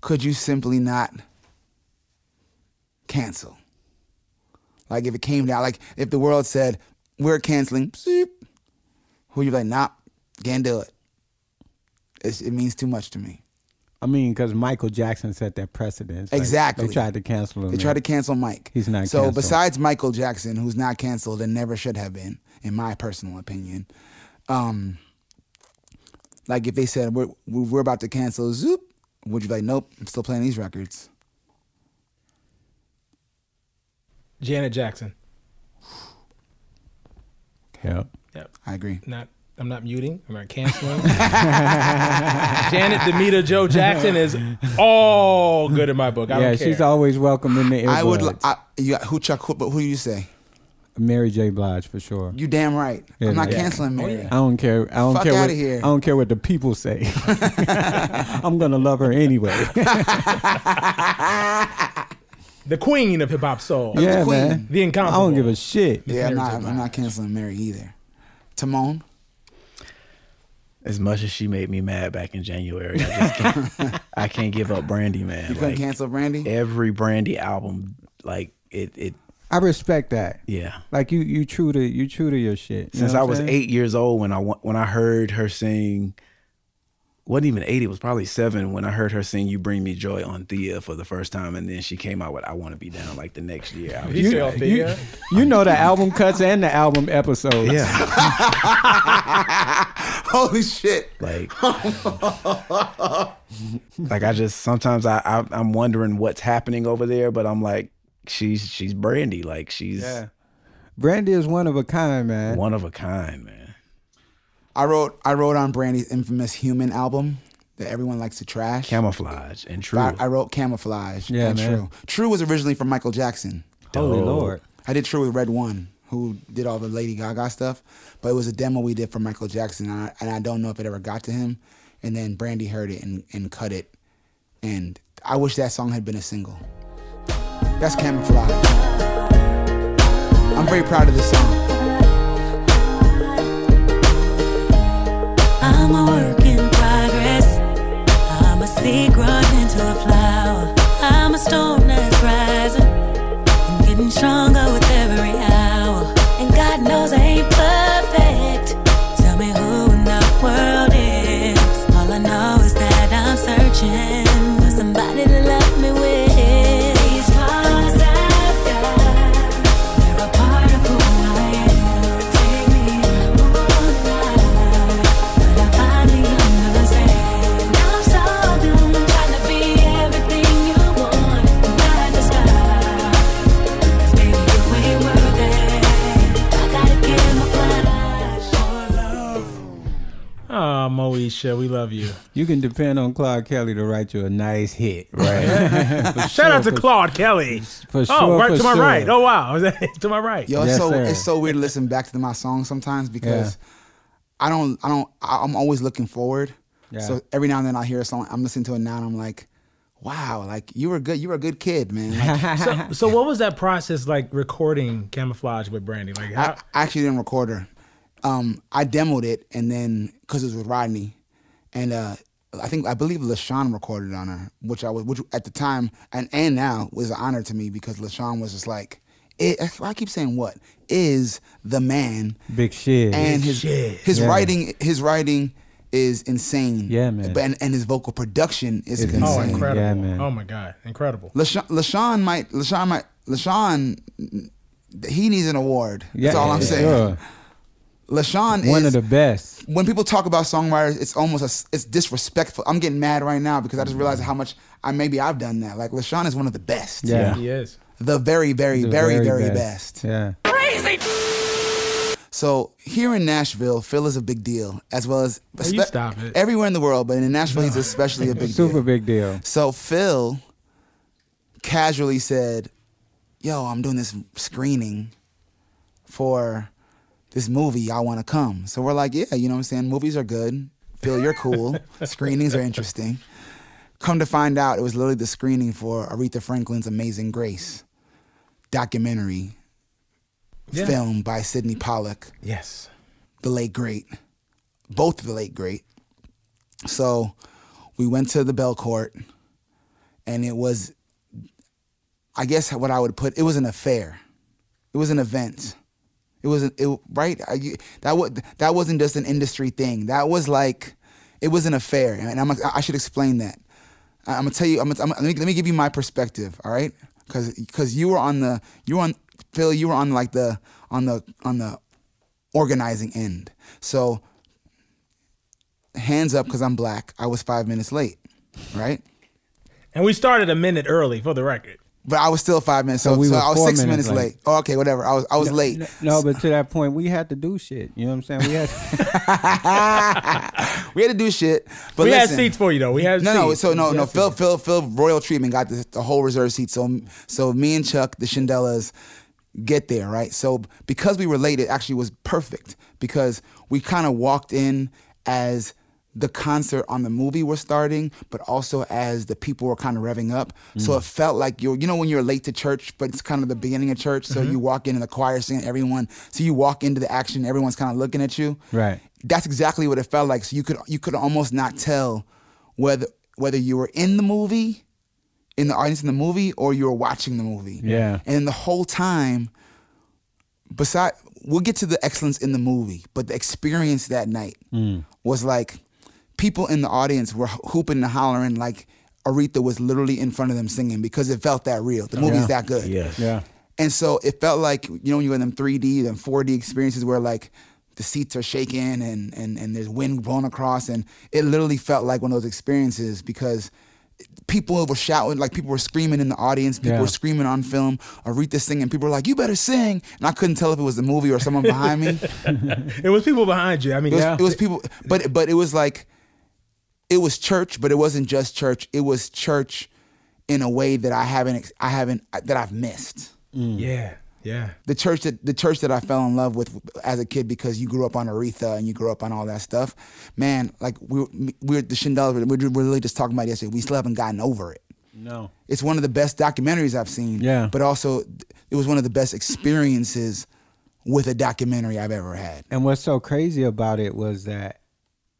[SPEAKER 5] Could you simply not cancel? Like if it came down, like if the world said, we're canceling, beep, who you like, nah, can't do it. It's, it means too much to me.
[SPEAKER 3] I mean, because Michael Jackson set that precedent. Like,
[SPEAKER 5] Exactly.
[SPEAKER 3] They tried to cancel him.
[SPEAKER 5] They tried to cancel Mike.
[SPEAKER 3] He's not
[SPEAKER 5] So
[SPEAKER 3] canceled.
[SPEAKER 5] besides Michael Jackson, who's not canceled and never should have been, in my personal opinion, um, like if they said we're we're we're about to cancel Zoop, would you be like, nope, I'm still playing these records?
[SPEAKER 1] Janet Jackson.
[SPEAKER 3] Yep.
[SPEAKER 1] Yep.
[SPEAKER 5] I agree.
[SPEAKER 1] Not. I'm not muting. I'm not canceling. Janet Demita Joe Jackson is all good in my book. I
[SPEAKER 3] Yeah,
[SPEAKER 1] don't care.
[SPEAKER 3] she's always welcome in the earbuds.
[SPEAKER 5] I would. li- I, you got, who Chuck? Who, but who you say?
[SPEAKER 3] Mary J. Blige for sure.
[SPEAKER 5] You damn right.
[SPEAKER 3] Yeah,
[SPEAKER 5] I'm not
[SPEAKER 3] yeah.
[SPEAKER 5] canceling Mary.
[SPEAKER 3] I don't care. I don't
[SPEAKER 5] Fuck
[SPEAKER 3] care what
[SPEAKER 5] outta here.
[SPEAKER 3] I don't care what the people say. I'm gonna love her anyway.
[SPEAKER 1] the queen of hip hop soul.
[SPEAKER 3] yeah,
[SPEAKER 5] queen.
[SPEAKER 3] man.
[SPEAKER 1] The
[SPEAKER 3] I
[SPEAKER 1] incomparable.
[SPEAKER 3] don't give a shit.
[SPEAKER 5] Yeah,
[SPEAKER 1] Mary
[SPEAKER 5] I'm not.
[SPEAKER 1] J.
[SPEAKER 5] I'm not canceling Mary either. Timon.
[SPEAKER 9] As much as she made me mad back in January, I just can't, I can't give up Brandy, man.
[SPEAKER 5] You couldn't cancel Brandy.
[SPEAKER 9] every Brandy album, like it, it,
[SPEAKER 3] I respect that.
[SPEAKER 9] yeah.
[SPEAKER 3] Like you you true to you true to your shit. You
[SPEAKER 9] Since
[SPEAKER 3] know
[SPEAKER 9] I
[SPEAKER 3] what
[SPEAKER 9] was
[SPEAKER 3] I'm saying?
[SPEAKER 9] eight years old, when I wa- when I heard her sing, wasn't even eight, it was probably seven when I heard her sing "You Bring Me Joy" on Thea for the first time, and then she came out with "I Want to Be Down" like the next year. I was
[SPEAKER 1] You
[SPEAKER 9] just
[SPEAKER 1] say
[SPEAKER 9] like,
[SPEAKER 1] Althea?
[SPEAKER 3] You know the album cuts and the album episodes.
[SPEAKER 9] yeah,
[SPEAKER 5] Holy shit.
[SPEAKER 9] like, like I just sometimes I, I I'm wondering what's happening over there, but I'm like, she's she's Brandy, like she's
[SPEAKER 3] Yeah. Brandy is one of a kind, man.
[SPEAKER 9] one of a kind, man.
[SPEAKER 5] I wrote. I wrote on Brandy's infamous Human album that everyone likes to trash.
[SPEAKER 9] Camouflage and true.
[SPEAKER 5] I, I wrote camouflage.
[SPEAKER 3] Yeah,
[SPEAKER 5] and
[SPEAKER 3] man.
[SPEAKER 5] True. True was originally from Michael Jackson.
[SPEAKER 3] Holy
[SPEAKER 9] Dope.
[SPEAKER 3] Lord.
[SPEAKER 5] I did True with Red One, who did all the Lady Gaga stuff, but it was a demo we did for Michael Jackson, and I, and I don't know if it ever got to him. And then Brandy heard it and, and cut it, and I wish that song had been a single. That's camouflage. I'm very proud of this song.
[SPEAKER 8] I'm a work in progress. I'm a seed growing into a flower. I'm a storm that's rising. I'm getting stronger with every hour. And God knows I ain't perfect. Tell me who in the world is. All I know is that I'm searching for somebody to love me with. These scars I've got, they're a part of who I am. Take me all night. But I finally understand. I'm so done trying to be everything you want. Not the Cause baby, you ain't worth it. I gotta give my blood for love.
[SPEAKER 1] Oh, Moesha, we love you.
[SPEAKER 3] You can depend on Claude Kelly to write you a nice hit.
[SPEAKER 9] Right.
[SPEAKER 1] Shout out to Claude Kelly.
[SPEAKER 3] For
[SPEAKER 1] oh,
[SPEAKER 3] sure,
[SPEAKER 1] right
[SPEAKER 3] for
[SPEAKER 1] to my
[SPEAKER 3] sure.
[SPEAKER 1] right. Oh wow, to my right.
[SPEAKER 5] Yo, it's
[SPEAKER 3] Yes,
[SPEAKER 5] so
[SPEAKER 3] sir.
[SPEAKER 5] it's so weird to listen back to my songs sometimes because I don't I don't I- I'm always looking forward.
[SPEAKER 3] Yeah.
[SPEAKER 5] So every now and then I hear a song, I'm listening to it now, and I'm like, wow, like you were good, you were a good kid, man. Like,
[SPEAKER 1] So, so what was that process like recording camouflage with Brandy? Like how?
[SPEAKER 5] I, I actually didn't record her. Um, I demoed it and then because it was with Rodney, and uh, I think I believe Lashawn recorded on her, which I was, which at the time and and now was an honor to me because Lashawn was just like, it, that's why I keep saying what is the man
[SPEAKER 3] Big shit.
[SPEAKER 5] and his
[SPEAKER 1] shit.
[SPEAKER 5] his
[SPEAKER 3] Yeah.
[SPEAKER 5] writing his writing is insane.
[SPEAKER 3] Yeah, man.
[SPEAKER 5] But- And, and his vocal production is
[SPEAKER 3] It's
[SPEAKER 5] insane.
[SPEAKER 1] oh,
[SPEAKER 3] insane.
[SPEAKER 1] incredible!
[SPEAKER 3] Yeah, man.
[SPEAKER 1] Oh my god, incredible!
[SPEAKER 5] Lashawn, Lashawn might Lashawn might Lashawn he needs an award. That's all I'm saying.
[SPEAKER 3] sure.
[SPEAKER 5] LaShawn
[SPEAKER 3] One
[SPEAKER 5] is
[SPEAKER 3] of the best.
[SPEAKER 5] when people talk about songwriters, it's almost a, it's disrespectful. I'm getting mad right now because I just realized how much I maybe I've done that. Like LaShawn is one of the best.
[SPEAKER 3] Yeah.
[SPEAKER 1] He is.
[SPEAKER 5] The very, very,
[SPEAKER 3] The
[SPEAKER 5] very, very best.
[SPEAKER 3] Yeah.
[SPEAKER 5] So here in Nashville, Phil is a big deal, as well as
[SPEAKER 1] Hey, Oh, you stop it.
[SPEAKER 5] everywhere in the world, but in Nashville, he's especially a big deal.
[SPEAKER 3] Super big deal.
[SPEAKER 5] So Phil casually said, "Yo, I'm doing this screening for this movie. Y'all want to come?" So we're like, "Yeah, you know what I'm saying? Movies are good. Phil, you're cool. Screenings are interesting." Come to find out, it was literally the screening for Aretha Franklin's Amazing Grace documentary
[SPEAKER 1] Yeah.
[SPEAKER 5] film by Sidney Pollack
[SPEAKER 1] Yes.
[SPEAKER 5] the late great, both the late great. So we went to the Bell Court, and it was, I guess, what I would put it was an affair, it was an event, it was an, it right I, you- that was that wasn't just an industry thing. That was like it was an affair, and I'm I should explain that. I- I'm gonna tell you. I'm gonna, I'm gonna- let, me, let me give you my perspective. All right, because you were on the you were on Phil. You were on like the on the on the organizing end. So hands up because I'm black. I was five minutes late, right?
[SPEAKER 1] And we started a minute early for the record.
[SPEAKER 5] But I was still five minutes. So,
[SPEAKER 3] So we
[SPEAKER 5] so
[SPEAKER 3] were
[SPEAKER 5] I was
[SPEAKER 3] four
[SPEAKER 5] six
[SPEAKER 3] minutes
[SPEAKER 5] minutes, late.
[SPEAKER 3] late.
[SPEAKER 5] Oh, okay, whatever. I was I was late.
[SPEAKER 3] No, no, but to that point, we had to do shit. You know what I'm saying? We had
[SPEAKER 5] We had to do shit. But
[SPEAKER 1] we had
[SPEAKER 5] listen,
[SPEAKER 1] seats for you though. We had
[SPEAKER 5] No,
[SPEAKER 1] seats.
[SPEAKER 5] no. So no,
[SPEAKER 1] We
[SPEAKER 5] no.
[SPEAKER 1] had
[SPEAKER 5] Phil,
[SPEAKER 1] seats.
[SPEAKER 5] Phil, Phil. Royal treatment got the, the whole reserve seat. So, so me and Chuck, the Shindellas, get there right. So because we were late, it actually was perfect because we kind of walked in as the concert on the movie was starting, but also as the people were kind of revving up. So it felt like you're, you know, when you're late to church, but it's kind of the beginning of church. So you walk in and the choir singing, everyone. So you walk into the action, everyone's kind of looking at you
[SPEAKER 3] Right.
[SPEAKER 5] that's exactly what it felt like. So you could you could almost not tell whether whether you were in the movie, in the audience in the movie, or you were watching the movie.
[SPEAKER 3] Yeah.
[SPEAKER 5] And the whole time, beside we'll get to the excellence in the movie, but the experience that night
[SPEAKER 3] Mm.
[SPEAKER 5] was like people in the audience were hooping and hollering like Aretha was literally in front of them singing because it felt that real. The movie's that good.
[SPEAKER 9] Yes.
[SPEAKER 3] yeah.
[SPEAKER 5] And so it felt like, you know, when you were in them 3D, them 4D experiences where like the seats are shaking and, and, and there's wind blowing across. And it literally felt like one of those experiences because people were shouting, like people were screaming in the audience, people
[SPEAKER 3] Yeah.
[SPEAKER 5] were screaming on film, Aretha singing, people were like, you better sing. And I couldn't tell if it was the movie or someone behind me.
[SPEAKER 1] It was people behind you. I mean,
[SPEAKER 5] It was,
[SPEAKER 1] yeah.
[SPEAKER 5] it was people, but but it was like, it was church, but it wasn't just church. It was church in a way that I haven't, ex- I haven't, that I've missed
[SPEAKER 1] yeah, yeah.
[SPEAKER 5] the church that the church that I fell in love with as a kid because you grew up on Aretha and you grew up on all that stuff, man. Like we we we're the Shindellers, we were we're really just talking about it yesterday. We still haven't gotten over it.
[SPEAKER 3] No.
[SPEAKER 5] It's one of the best documentaries I've seen.
[SPEAKER 3] Yeah.
[SPEAKER 5] But also, it was one of the best experiences with a documentary I've ever had.
[SPEAKER 3] And what's so crazy about it was that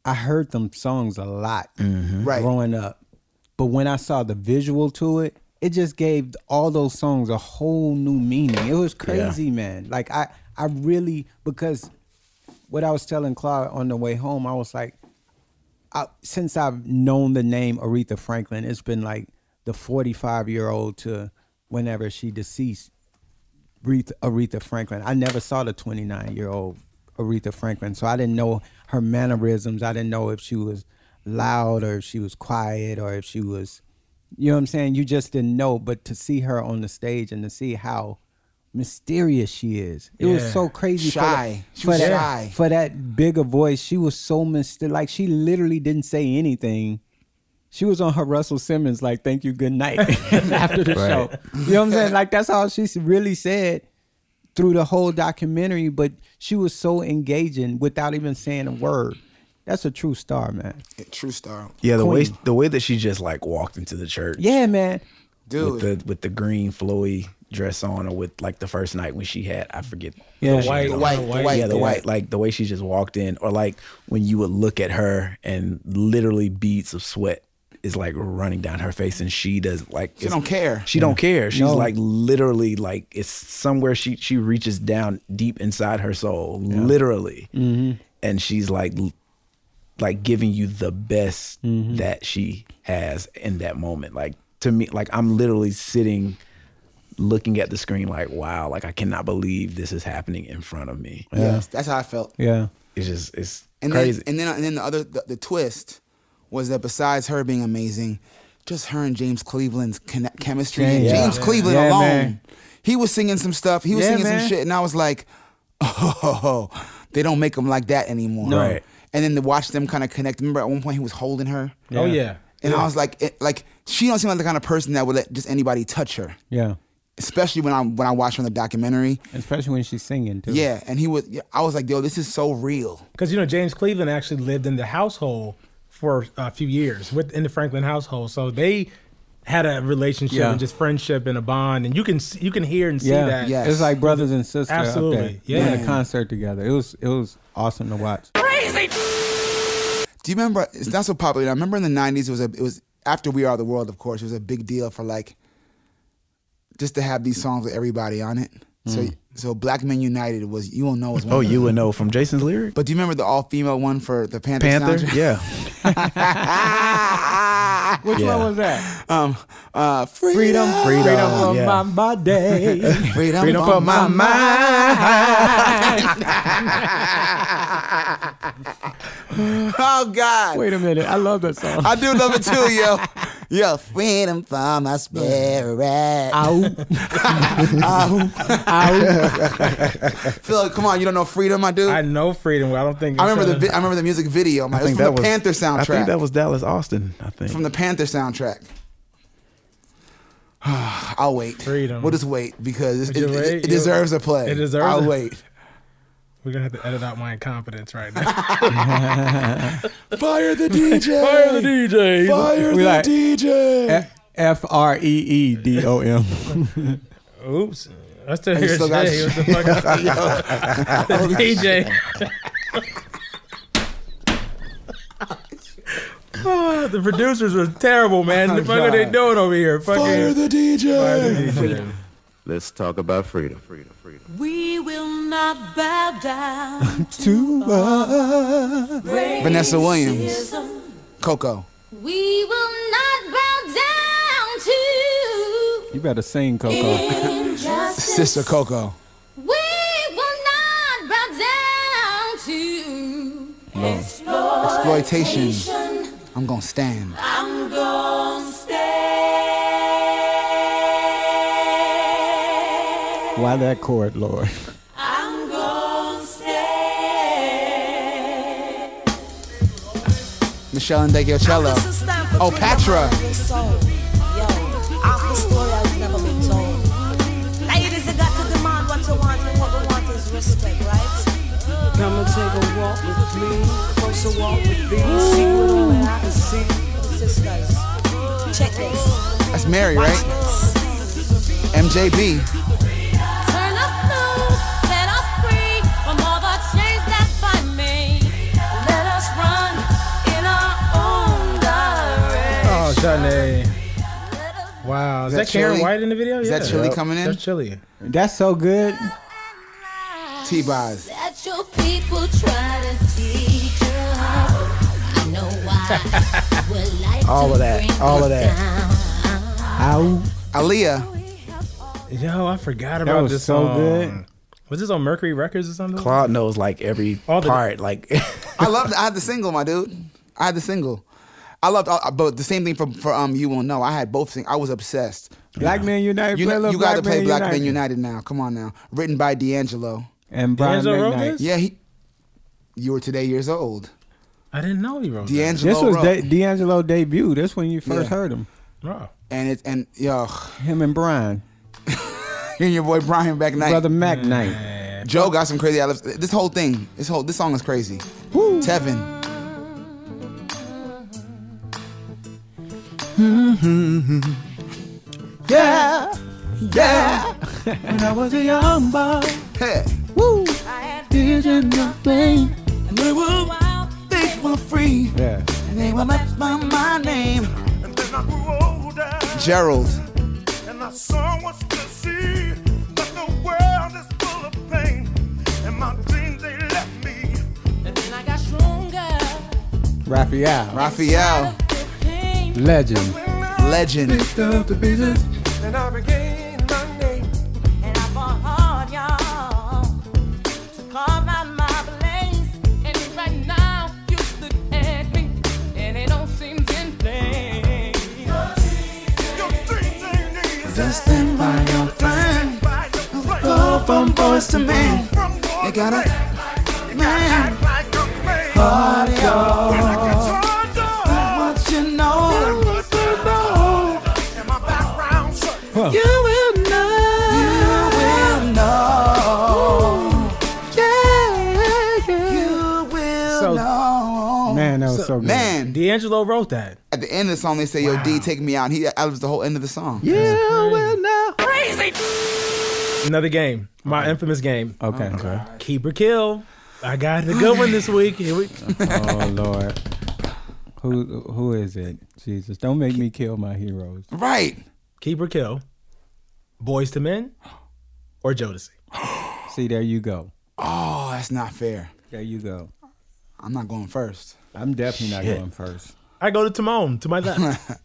[SPEAKER 3] I heard them songs a lot
[SPEAKER 5] Right.
[SPEAKER 3] growing up. But when I saw the visual to it, it just gave all those songs a whole new meaning. It was crazy, man. Like I I really because what I was telling Claude on the way home, I was like, I, since I've known the name Aretha Franklin, it's been like the 45 year old to whenever she deceased, Aretha, Aretha Franklin. I never saw the 29 year old Aretha Franklin, so I didn't know her mannerisms. I didn't know if she was loud or if she was quiet or if she was, you know what I'm saying? You just didn't know. But to see her on the stage and to see how mysterious she is, it
[SPEAKER 1] Yeah.
[SPEAKER 3] was so crazy. for
[SPEAKER 5] Shy.
[SPEAKER 3] that-
[SPEAKER 5] She was
[SPEAKER 3] for that-
[SPEAKER 5] shy.
[SPEAKER 3] for that bigger voice, she was so mysterious. Like she literally didn't say anything. She was on her Russell Simmons, like "Thank you, good night" after the show. You know what I'm saying? Like that's all she really said through the whole documentary. But she was so engaging without even saying a word. That's a true star, man.
[SPEAKER 5] True star,
[SPEAKER 9] Yeah, the way
[SPEAKER 3] Queen.
[SPEAKER 9] the way that she just like walked into the church.
[SPEAKER 3] Yeah, man.
[SPEAKER 5] dude.
[SPEAKER 9] With the with the green flowy dress on or with like the first night when she had I forget
[SPEAKER 3] Yeah.
[SPEAKER 9] what she
[SPEAKER 1] White,
[SPEAKER 9] had on.
[SPEAKER 5] white,
[SPEAKER 1] the
[SPEAKER 5] the white,
[SPEAKER 9] yeah, the white, like the way she just walked in, or like when you would look at her and literally beads of sweat is like running down her face, and she does like
[SPEAKER 5] She don't care.
[SPEAKER 9] She don't care. She's
[SPEAKER 3] No.
[SPEAKER 9] like literally like it's somewhere she she reaches down deep inside her soul, literally, and she's like l- like giving you the best
[SPEAKER 3] Mm-hmm.
[SPEAKER 9] that she has in that moment. Like to me, like I'm literally sitting looking at the screen like wow like i cannot believe this is happening in front of me
[SPEAKER 5] yes, that's how I felt.
[SPEAKER 3] Yeah,
[SPEAKER 9] it's just it's
[SPEAKER 5] And
[SPEAKER 9] crazy.
[SPEAKER 5] then and then and then the other the, the twist was that besides her being amazing, just her and James Cleveland's conne- chemistry. and
[SPEAKER 3] Yeah.
[SPEAKER 5] James Cleveland
[SPEAKER 3] Yeah,
[SPEAKER 5] alone,
[SPEAKER 3] man.
[SPEAKER 5] he was singing some stuff. He was
[SPEAKER 3] Yeah,
[SPEAKER 5] singing
[SPEAKER 3] man.
[SPEAKER 5] some shit, and I was like, oh, they don't make them like that anymore.
[SPEAKER 9] No. Right.
[SPEAKER 5] And then to watch them kind of connect. Remember at one point he was holding her.
[SPEAKER 1] Oh yeah.
[SPEAKER 5] And I was like, it, like she don't seem like the kind of person that would let just anybody touch her.
[SPEAKER 3] Yeah.
[SPEAKER 5] Especially when I when I watched her on the documentary.
[SPEAKER 3] Especially when she's singing too.
[SPEAKER 5] Yeah, and he was. yeah, I was like, yo, this is so real.
[SPEAKER 1] Because you know James Cleveland actually lived in the household for a few years within the Franklin household, so they had a relationship
[SPEAKER 3] Yeah.
[SPEAKER 1] and just friendship and a bond, and you can see, you can hear and see
[SPEAKER 3] Yeah,
[SPEAKER 1] that.
[SPEAKER 5] yes.
[SPEAKER 3] it's like brothers and sisters. up there,
[SPEAKER 1] Absolutely, yeah.
[SPEAKER 3] doing a concert together. It was it was awesome to watch.
[SPEAKER 5] Do you remember? It's not so popular. I remember in the '90s, it was a, it was after We Are the World, of course, it was a big deal for like just to have these songs with everybody on it.
[SPEAKER 9] Hmm.
[SPEAKER 5] So, so Black Men United was you will know was one.
[SPEAKER 9] Oh, you would know from Jason's lyric?
[SPEAKER 5] But do you remember the all female one for the Panther?
[SPEAKER 9] Panther?
[SPEAKER 5] soundtrack?
[SPEAKER 9] Yeah.
[SPEAKER 3] Which
[SPEAKER 9] Yeah.
[SPEAKER 3] one was that?
[SPEAKER 5] Um, uh, freedom,
[SPEAKER 9] Freedom.
[SPEAKER 3] from
[SPEAKER 9] yeah.
[SPEAKER 3] my body.
[SPEAKER 5] freedom,
[SPEAKER 9] Freedom for my mind.
[SPEAKER 5] Oh God,
[SPEAKER 3] Wait a minute, I love that song.
[SPEAKER 5] I do love it too, yo. Yo, freedom for my spirit.
[SPEAKER 3] Ow, ow, ow.
[SPEAKER 5] Phil, come on, you don't know freedom, my dude.
[SPEAKER 1] I
[SPEAKER 5] I,
[SPEAKER 1] know freedom. I don't think uh,
[SPEAKER 5] remember the vi- I remember the music video. My,
[SPEAKER 9] I
[SPEAKER 5] it was
[SPEAKER 9] think
[SPEAKER 5] from the
[SPEAKER 9] that was
[SPEAKER 5] Panther soundtrack.
[SPEAKER 9] I think that was Dallas Austin. I think.
[SPEAKER 5] from the Panther soundtrack. I'll wait.
[SPEAKER 1] Freedom.
[SPEAKER 5] We'll just wait because it,
[SPEAKER 1] Would you
[SPEAKER 5] it-
[SPEAKER 1] wait?
[SPEAKER 5] it
[SPEAKER 1] You-
[SPEAKER 5] deserves a play.
[SPEAKER 1] it deserves
[SPEAKER 5] I'll
[SPEAKER 1] a-
[SPEAKER 5] wait.
[SPEAKER 1] We're gonna have to edit out my incompetence right now.
[SPEAKER 5] Fire the DJ.
[SPEAKER 1] Fire the DJ.
[SPEAKER 5] Fire
[SPEAKER 3] We
[SPEAKER 5] the
[SPEAKER 3] like-
[SPEAKER 5] DJ.
[SPEAKER 3] F R E E D O M.
[SPEAKER 1] Oops. I still
[SPEAKER 5] you
[SPEAKER 1] hear
[SPEAKER 5] still got-
[SPEAKER 1] Jay. What the fuck? the DJ. Oh, the producers were terrible, man. the fuck are they doing over here? Fucking
[SPEAKER 5] Oh Fire
[SPEAKER 1] Fire
[SPEAKER 5] the
[SPEAKER 1] the
[SPEAKER 5] DJ.
[SPEAKER 1] DJ.
[SPEAKER 14] Let's talk about freedom. Freedom, freedom.
[SPEAKER 10] We will not bow down
[SPEAKER 3] Two. uh,
[SPEAKER 5] Vanessa Williams. Coco.
[SPEAKER 8] We will not bow down to
[SPEAKER 3] You better sing, Coco.
[SPEAKER 8] injustice.
[SPEAKER 5] Sister Coco.
[SPEAKER 8] We will not bow down to
[SPEAKER 5] Exploitation. I'm gonna stand.
[SPEAKER 10] I'm gonna stay.
[SPEAKER 3] Why that chord, Lord?
[SPEAKER 10] I'm gonna stay.
[SPEAKER 5] Michelle and Cello. Oh, Patra.
[SPEAKER 10] Ladies, you got to demand what you want, and what we want is respect, right?
[SPEAKER 15] Come and take a walk with me, closer walk with me, see what all that I can see.
[SPEAKER 10] Sisters, check this.
[SPEAKER 5] That's Mary, right? MJB.
[SPEAKER 8] turn us loose, set us free from all the chains that bind me. Let us run in our own direction.
[SPEAKER 1] Oh, Shanae. Wow. Is,
[SPEAKER 5] Is
[SPEAKER 1] that,
[SPEAKER 5] that
[SPEAKER 1] Karen
[SPEAKER 5] Chili?
[SPEAKER 1] White in the video?
[SPEAKER 5] Is that
[SPEAKER 1] Yeah.
[SPEAKER 5] Chili coming in?
[SPEAKER 1] That's Chili.
[SPEAKER 3] That's so good.
[SPEAKER 5] T-Boz.
[SPEAKER 8] That your people try to teach us. I know why. Would like
[SPEAKER 9] All
[SPEAKER 8] to
[SPEAKER 9] of that.
[SPEAKER 8] bring
[SPEAKER 9] All
[SPEAKER 8] us
[SPEAKER 9] of that.
[SPEAKER 8] down.
[SPEAKER 3] Ow.
[SPEAKER 5] Aaliyah.
[SPEAKER 1] Yo, I forgot about
[SPEAKER 3] was
[SPEAKER 1] this
[SPEAKER 3] so
[SPEAKER 1] song.
[SPEAKER 3] good.
[SPEAKER 1] Was this on Mercury Records or something?
[SPEAKER 9] Claude knows like every
[SPEAKER 1] All the-
[SPEAKER 9] part. Like
[SPEAKER 5] I loved. I had the single, my dude. I had the single. I loved, all, but the same thing for for um, you won't know. I had both things. I was obsessed.
[SPEAKER 3] Black Men Unite.
[SPEAKER 5] You
[SPEAKER 3] play a
[SPEAKER 5] know,
[SPEAKER 3] little
[SPEAKER 5] you got to
[SPEAKER 3] Black
[SPEAKER 5] play
[SPEAKER 3] Man
[SPEAKER 5] Black
[SPEAKER 3] United.
[SPEAKER 5] Men United now. Come on now. Written by D'Angelo.
[SPEAKER 3] And Brian
[SPEAKER 1] D'Angelo wrote
[SPEAKER 3] McKnight.
[SPEAKER 1] this?
[SPEAKER 5] Yeah, he. You were today years old.
[SPEAKER 1] I didn't know he wrote that.
[SPEAKER 5] D'Angelo
[SPEAKER 3] This was
[SPEAKER 5] wrote,
[SPEAKER 3] De- D'Angelo debut. That's when you first
[SPEAKER 5] Yeah.
[SPEAKER 3] heard him.
[SPEAKER 1] Wow.
[SPEAKER 5] and it's and yo,
[SPEAKER 3] Him and Brian,
[SPEAKER 5] and your boy Brian back night.
[SPEAKER 3] brother Mac Knight.
[SPEAKER 5] Joe got some crazy. outlooks. This whole thing, this whole this song is crazy. Tevin,
[SPEAKER 3] Yeah, yeah. when I was a young boy,
[SPEAKER 5] hey,
[SPEAKER 3] woo, did nothing.
[SPEAKER 5] they were they were free.
[SPEAKER 3] Yeah,
[SPEAKER 5] They were left by my name. Gerald,
[SPEAKER 15] And I saw what's to see, but the world is full of pain, and my dreams they left me.
[SPEAKER 8] And then I got stronger.
[SPEAKER 3] Raphael,
[SPEAKER 5] Raphael,
[SPEAKER 3] legend.
[SPEAKER 5] legend.
[SPEAKER 15] And I regained my name.
[SPEAKER 10] And I fought hard, y'all, to carve out my place.
[SPEAKER 8] And right now, you look at me, and it all seems in vain.
[SPEAKER 15] Your dreams ain't easy.
[SPEAKER 5] Destined by your plan.
[SPEAKER 15] By your
[SPEAKER 5] Go from boys to men.
[SPEAKER 15] From boy
[SPEAKER 5] I got a
[SPEAKER 15] man.
[SPEAKER 5] heart, y'all.
[SPEAKER 15] What
[SPEAKER 5] you know?
[SPEAKER 15] What you know? In my background, sir. You will know. You will know. Yeah, You will
[SPEAKER 5] So-
[SPEAKER 15] know.
[SPEAKER 3] Man, that was so, good.
[SPEAKER 5] Man,
[SPEAKER 1] D'Angelo wrote that.
[SPEAKER 5] At the end of the song, they say, "Yo, D, take me out." And he that was the whole end of the song.
[SPEAKER 1] You
[SPEAKER 15] will know. Crazy.
[SPEAKER 1] Another game, my infamous game.
[SPEAKER 3] Okay. okay.
[SPEAKER 1] Keep or kill. I got the good one this week. Here we.
[SPEAKER 3] oh Lord. Who who is it? Jesus. Don't make me kill my heroes.
[SPEAKER 5] Right.
[SPEAKER 1] Keep or kill. Boys to Men or Jodeci.
[SPEAKER 3] See, there you go.
[SPEAKER 5] Oh, that's not fair.
[SPEAKER 3] There you go.
[SPEAKER 5] I'm not going first.
[SPEAKER 3] I'm definitely not
[SPEAKER 1] Shit.
[SPEAKER 3] going first.
[SPEAKER 1] I go to Timon to my left.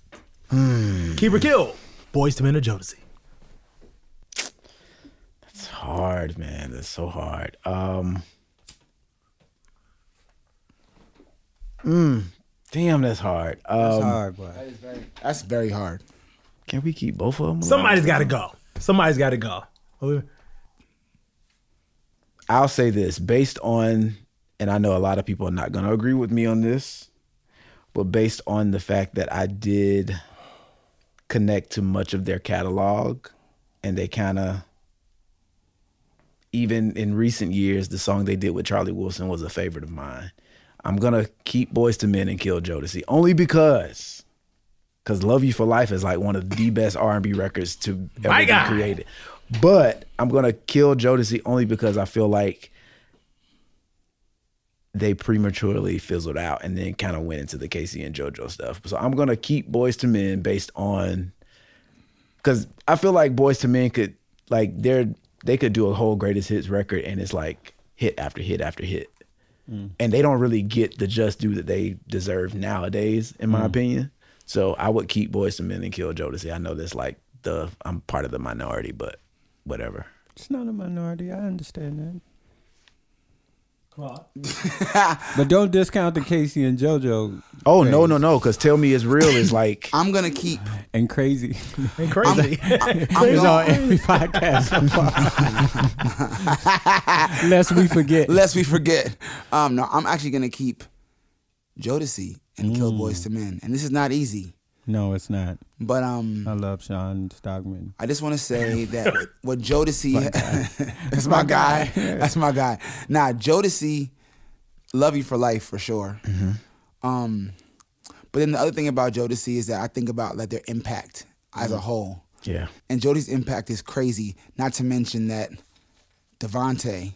[SPEAKER 1] Keep or kill. Boys to Men or Jodeci.
[SPEAKER 9] It's hard, man. That's so hard. Um, mm, damn, that's hard. Um,
[SPEAKER 5] That's hard,
[SPEAKER 3] boy.
[SPEAKER 5] That's very hard.
[SPEAKER 9] Can we keep both of them?
[SPEAKER 1] Somebody's got to go. Somebody's got to go.
[SPEAKER 9] I'll say this based on, and I know a lot of people are not going to agree with me on this, but based on the fact that I did connect to much of their catalog and they kind of, even in recent years, the song they did with Charlie Wilson was a favorite of mine. I'm going to keep Boys to Men and Kill Jodeci only because. Cause "Love You for Life" is like one of the best R&B records to ever
[SPEAKER 1] My
[SPEAKER 9] be
[SPEAKER 1] God.
[SPEAKER 9] created. But I'm gonna kill Jodeci only because I feel like they prematurely fizzled out and then kind of went into the Casey and JoJo stuff. So I'm gonna keep Boys to Men based on because I feel like Boys to Men could like they're they could do a whole greatest hits record and it's like hit after hit after hit. And they don't really get the just due that they deserve nowadays, in my
[SPEAKER 16] Mm.
[SPEAKER 9] opinion. So I would keep Boys to Men and kill Jodeci. I know that's like the I'm part of the minority, but whatever.
[SPEAKER 3] It's not a minority. I understand that.
[SPEAKER 1] Come on.
[SPEAKER 3] But don't discount the Casey and JoJo.
[SPEAKER 9] Oh no no no! Because tell me it's real is like
[SPEAKER 5] I'm gonna keep.
[SPEAKER 3] and crazy.
[SPEAKER 1] And crazy.
[SPEAKER 3] It's on every podcast. Lest we forget.
[SPEAKER 5] Lest we forget. Um, no, I'm actually gonna keep Jodeci and Kill Boys to Men, and this is not easy.
[SPEAKER 3] no, it's not.
[SPEAKER 5] But um,
[SPEAKER 3] I love Sean Stockman.
[SPEAKER 5] I just want to say that what- what Jodeci,
[SPEAKER 3] My
[SPEAKER 5] that's my guy. That's my guy. Nah, Jodeci, love you for life for sure.
[SPEAKER 9] Mm-hmm.
[SPEAKER 5] Um, but then the other thing about Jodeci is that I think about like their impact as a
[SPEAKER 9] Mhm.
[SPEAKER 5] whole,
[SPEAKER 9] Yeah.
[SPEAKER 5] and Jodeci's impact is crazy. Not to mention that Devante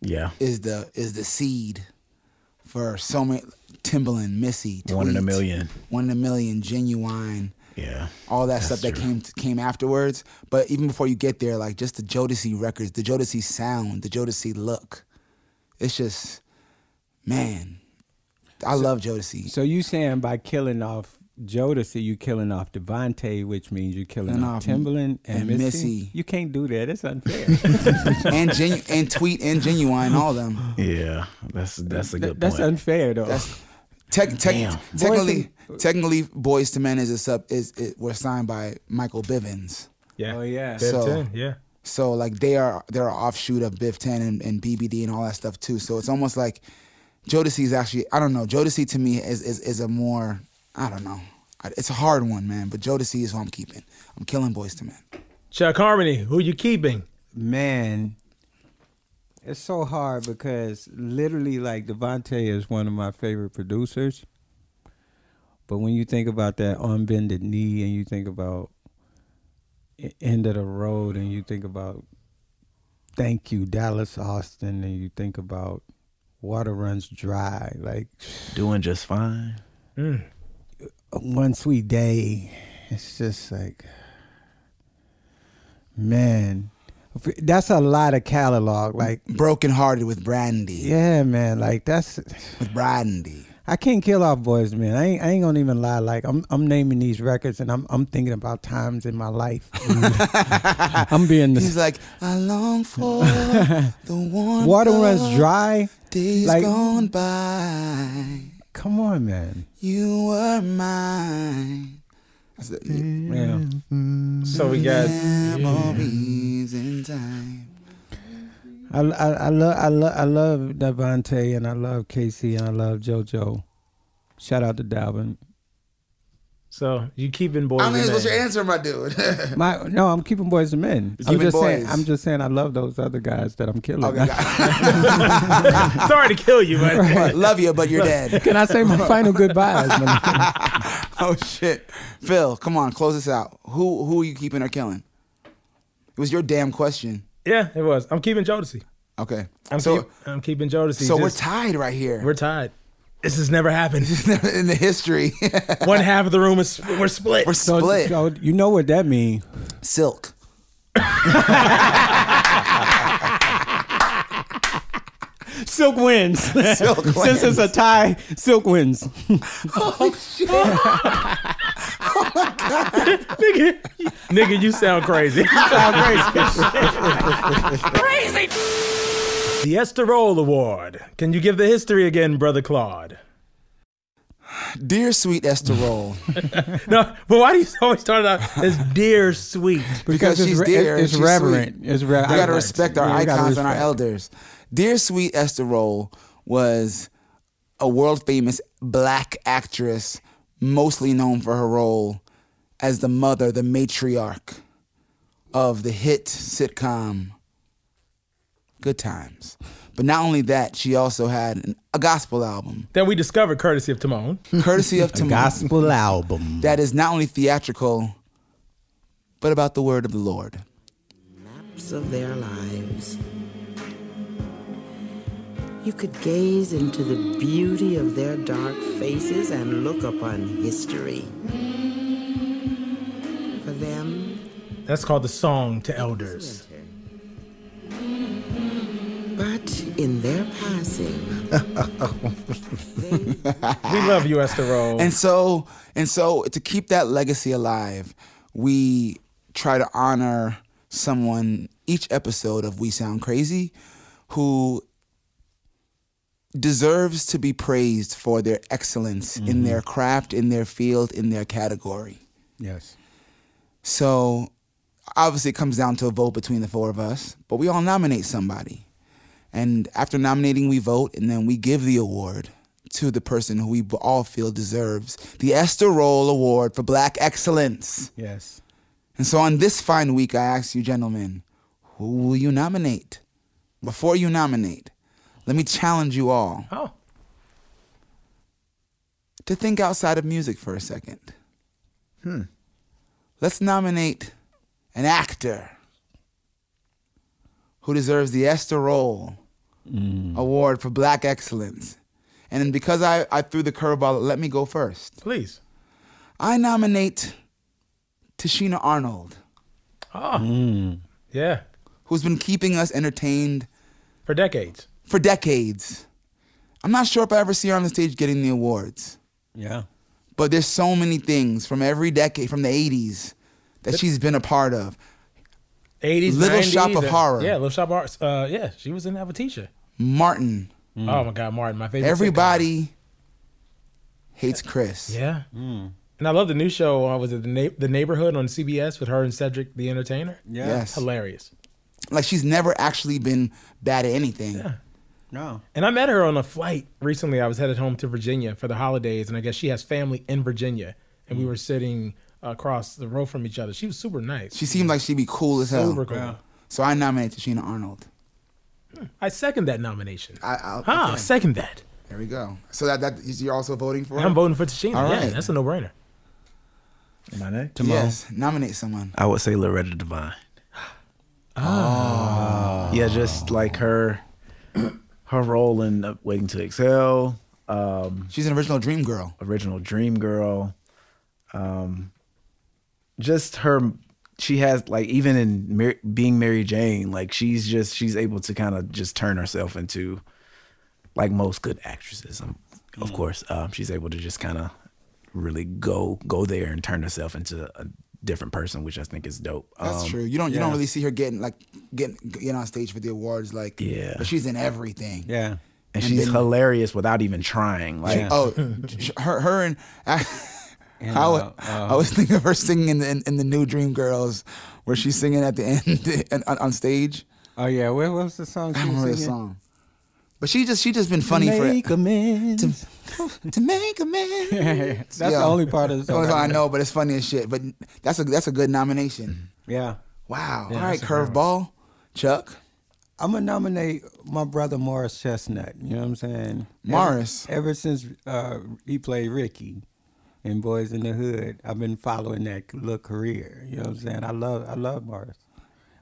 [SPEAKER 9] Yeah.
[SPEAKER 5] is the is the seed for so many Timbaland, Missy,
[SPEAKER 9] One in a
[SPEAKER 5] Tweet,
[SPEAKER 9] million.
[SPEAKER 5] one in a million, genuine
[SPEAKER 9] Yeah.
[SPEAKER 5] all that
[SPEAKER 9] That's
[SPEAKER 5] stuff that
[SPEAKER 9] true.
[SPEAKER 5] came came afterwards. But even before you get there, like just the Jodeci records, the Jodeci sound, the Jodeci look, it's just man, I love Jodeci.
[SPEAKER 3] So you saying by killing off Jodeci, you killing off Devontae, which means you're killing
[SPEAKER 5] And
[SPEAKER 3] off
[SPEAKER 5] off
[SPEAKER 3] Timberland and,
[SPEAKER 5] and
[SPEAKER 3] Missy.
[SPEAKER 5] Missy.
[SPEAKER 3] You can't do that. It's unfair.
[SPEAKER 5] and genu- and tweet and genuine, all of them.
[SPEAKER 9] Yeah, that's that's a
[SPEAKER 3] Th-
[SPEAKER 9] good
[SPEAKER 3] that's
[SPEAKER 9] point.
[SPEAKER 3] unfair though.
[SPEAKER 5] That's tech, tech, technically, technically, Boys to Men is a sub is it, were signed by Michael Bivins.
[SPEAKER 1] Yeah.
[SPEAKER 3] Oh yeah.
[SPEAKER 5] So-
[SPEAKER 1] 15, yeah.
[SPEAKER 5] So like they are they're an offshoot of Biff Ten and, and BBD and all that stuff too. So it's almost like Jodeci is actually I don't know Jodeci to me is is, is a more I don't know I- it's a hard one man. But Jodeci is who I'm keeping. I'm killing Boys to Men.
[SPEAKER 1] Chuck Harmony, who you keeping?
[SPEAKER 3] Man, it's so hard because literally, like Devontae is one of my favorite producers. But when you think about that on bended knee, and you think about e- end of the road, and you think about thank you Dallas Austin, and you think about water runs dry, like
[SPEAKER 9] Doing just fine.
[SPEAKER 3] one sweet day. It's just like, man, that's a lot of catalog. Like,
[SPEAKER 5] Broken hearted with Brandy.
[SPEAKER 3] yeah, man, like that's.
[SPEAKER 5] With Brandy.
[SPEAKER 3] I can't kill off boys, man. I ain't, I ain't gonna even lie. Like, I'm, I'm naming these records, and I'm, I'm thinking about times in my life. Mm. I'm being
[SPEAKER 5] He's
[SPEAKER 3] the
[SPEAKER 5] like I long for the warmth
[SPEAKER 3] water runs
[SPEAKER 5] of
[SPEAKER 3] dry.
[SPEAKER 5] Days
[SPEAKER 3] Like-
[SPEAKER 5] gone by.
[SPEAKER 3] Come on, man.
[SPEAKER 5] You were mine. That's it.
[SPEAKER 3] Yeah.
[SPEAKER 1] So we got-
[SPEAKER 5] Memories in time.
[SPEAKER 3] I, I, I love I love I love Davante and I love Casey and I love JoJo. Shout out to Dalvin.
[SPEAKER 1] So you keeping boys?
[SPEAKER 5] I mean,
[SPEAKER 1] in
[SPEAKER 5] what's
[SPEAKER 1] there.
[SPEAKER 5] your answer, my dude?
[SPEAKER 3] My no, I'm keeping boys and men.
[SPEAKER 5] You're
[SPEAKER 3] I'm
[SPEAKER 5] keeping
[SPEAKER 3] just saying.
[SPEAKER 5] boys.
[SPEAKER 3] I'm just saying. I love those other guys that I'm killing.
[SPEAKER 5] Okay,
[SPEAKER 1] Sorry to kill you, but
[SPEAKER 5] Right. Love you, but you're dead.
[SPEAKER 3] Can I say my final goodbyes? man?
[SPEAKER 5] oh shit, Phil, come on, close this out. Who who are you keeping or killing? It was your damn question.
[SPEAKER 1] yeah, it was. I'm keeping Jodeci.
[SPEAKER 5] Okay,
[SPEAKER 1] I'm,
[SPEAKER 5] so
[SPEAKER 1] keep, I'm keeping Jodeci.
[SPEAKER 5] so we're
[SPEAKER 1] Just-
[SPEAKER 5] tied right here.
[SPEAKER 1] We're tied. This has never happened.
[SPEAKER 5] in the history.
[SPEAKER 1] One half of the room is we're split.
[SPEAKER 5] We're
[SPEAKER 3] So-
[SPEAKER 5] split.
[SPEAKER 3] so you know what that means?
[SPEAKER 5] Silk.
[SPEAKER 3] Silk wins.
[SPEAKER 5] Silk
[SPEAKER 3] Since it's a tie, Silk wins.
[SPEAKER 5] oh shit!
[SPEAKER 1] nigga, nigga, you sound crazy.
[SPEAKER 2] Crazy.
[SPEAKER 1] the Esther Roll Award. Can you give the history again, brother Claude?
[SPEAKER 5] Dear sweet Esther Roll,
[SPEAKER 1] No, but why do you always start it out as dear sweet?
[SPEAKER 5] because,
[SPEAKER 3] it's
[SPEAKER 5] she's
[SPEAKER 3] re-
[SPEAKER 5] dear,
[SPEAKER 3] It's,
[SPEAKER 5] she's
[SPEAKER 3] reverent.
[SPEAKER 5] sweet.
[SPEAKER 3] It's reverent.
[SPEAKER 5] We gotta respect our
[SPEAKER 3] We gotta
[SPEAKER 5] icons and our
[SPEAKER 3] respect.
[SPEAKER 5] elders. Dear sweet Esther Roll was a world famous black actress, mostly known for her role as the mother, the matriarch of the hit sitcom Good Times. But not only that, she also had an, a gospel album,
[SPEAKER 1] That we discovered courtesy of Timon.
[SPEAKER 5] courtesy of
[SPEAKER 3] A
[SPEAKER 5] Timon,
[SPEAKER 3] gospel album.
[SPEAKER 5] that is not only theatrical, but about the word of the Lord.
[SPEAKER 16] of their lives. You could gaze into the beauty of their dark faces and look upon history. For them,
[SPEAKER 1] That's called the Song to Elders.
[SPEAKER 16] but in their passing,
[SPEAKER 1] We love you, Esther Roll.
[SPEAKER 5] And so, and so, to keep that legacy alive, we try to honor someone each episode of We Sound Crazy, who deserves to be praised for their excellence in their craft, in their field, in their category.
[SPEAKER 3] Yes.
[SPEAKER 5] So obviously it comes down to a vote between the four of us, but we all nominate somebody. And after nominating, we vote and then we give the award to the person who we b- all feel deserves the Esther Roll Award for Black Excellence.
[SPEAKER 3] Yes.
[SPEAKER 5] And so on this fine week, I ask you, gentlemen, who will you nominate? Before you nominate, let me challenge you all
[SPEAKER 1] Oh.
[SPEAKER 5] to think outside of music for a second. Hmm. Let's nominate an actor who deserves the Esther Roll Award for Black Excellence. And then because I, I threw the curveball, let me go first.
[SPEAKER 1] Please.
[SPEAKER 5] I nominate Tashina Arnold,
[SPEAKER 1] Oh. Yeah.
[SPEAKER 5] who's been keeping us entertained
[SPEAKER 1] For decades.
[SPEAKER 5] for decades. I'm not sure if I ever see her on the stage getting the awards.
[SPEAKER 3] Yeah.
[SPEAKER 5] but there's so many things from every decade from the 80s that she's been a part of
[SPEAKER 1] 80s,
[SPEAKER 5] Little Shop of
[SPEAKER 1] 90s, and-
[SPEAKER 5] Horror.
[SPEAKER 1] Yeah, Little Shop of Horror. Uh, yeah, she was in Avatisha.
[SPEAKER 5] martin
[SPEAKER 1] Oh my God, Martin, my favorite.
[SPEAKER 5] everybody hates chris
[SPEAKER 1] sitcom. Yeah. And I love the new show. Uh, was it the, Na- the Neighborhood on CBS with her and Cedric the Entertainer?
[SPEAKER 3] Yeah.
[SPEAKER 5] yes
[SPEAKER 1] Hilarious.
[SPEAKER 5] like she's never actually been bad at anything
[SPEAKER 3] No.
[SPEAKER 1] And I met her on a flight recently. I was headed home to Virginia for the holidays, and I guess she has family in Virginia. And we were sitting across the road from each other. She was super nice.
[SPEAKER 5] she seemed like she'd be cool as hell
[SPEAKER 1] super cool.
[SPEAKER 5] so i nominate tashina arnold
[SPEAKER 1] I second that nomination.
[SPEAKER 5] I, I'll,
[SPEAKER 1] ah,
[SPEAKER 5] okay.
[SPEAKER 1] second that.
[SPEAKER 5] there we go so that, that is you're also voting for her?
[SPEAKER 1] I'm voting for Tashina.
[SPEAKER 5] All
[SPEAKER 1] Yeah,
[SPEAKER 5] right.
[SPEAKER 1] that's a no-brainer.
[SPEAKER 9] My name?
[SPEAKER 5] yes nominate someone
[SPEAKER 9] I would say Loretta Devine. Oh. Yeah, just like her her role in uh, Waiting to Exhale, um,
[SPEAKER 5] she's an original dream girl
[SPEAKER 9] original Dream Girl. Um, just her she has like even in Mar- being Mary Jane, like she's just she's able to kind of just turn herself into like most good actresses. Um, of course, um, she's able to just kind of really go go there and turn herself into a different person, which I think is dope.
[SPEAKER 5] that's
[SPEAKER 9] Um,
[SPEAKER 5] true. You don't you don't
[SPEAKER 3] yeah.
[SPEAKER 5] really see her getting like getting getting on stage for the awards like
[SPEAKER 9] Yeah.
[SPEAKER 5] But she's in everything.
[SPEAKER 3] Yeah.
[SPEAKER 9] and
[SPEAKER 5] And
[SPEAKER 9] she's
[SPEAKER 5] then-
[SPEAKER 9] hilarious without even trying. Like,
[SPEAKER 3] Yeah.
[SPEAKER 5] Oh, sh- her, her and I, I, wa-
[SPEAKER 3] uh,
[SPEAKER 5] I always think of her singing in the, in, in the new Dream Girls, where she's singing at the end on, on stage.
[SPEAKER 3] Oh yeah, what, what was the song?
[SPEAKER 5] I
[SPEAKER 3] she
[SPEAKER 5] don't
[SPEAKER 3] was
[SPEAKER 5] know the
[SPEAKER 3] singing?
[SPEAKER 5] song. But she just she just been funny
[SPEAKER 3] to
[SPEAKER 5] for
[SPEAKER 3] make amends.
[SPEAKER 5] to make amends.
[SPEAKER 3] That's the only part of the song.
[SPEAKER 5] That's all I know, but it's funny as shit. But that's a that's a good nomination.
[SPEAKER 3] Mm-hmm. Yeah.
[SPEAKER 5] Wow. all right, curveball, Chuck.
[SPEAKER 3] I'm gonna nominate my brother Morris Chestnut. You know what I'm saying?
[SPEAKER 5] Morris.
[SPEAKER 3] Ever, ever since uh, he played Ricky in Boys in the Hood, I've been following that little career. You know what I'm saying? I love I love Morris.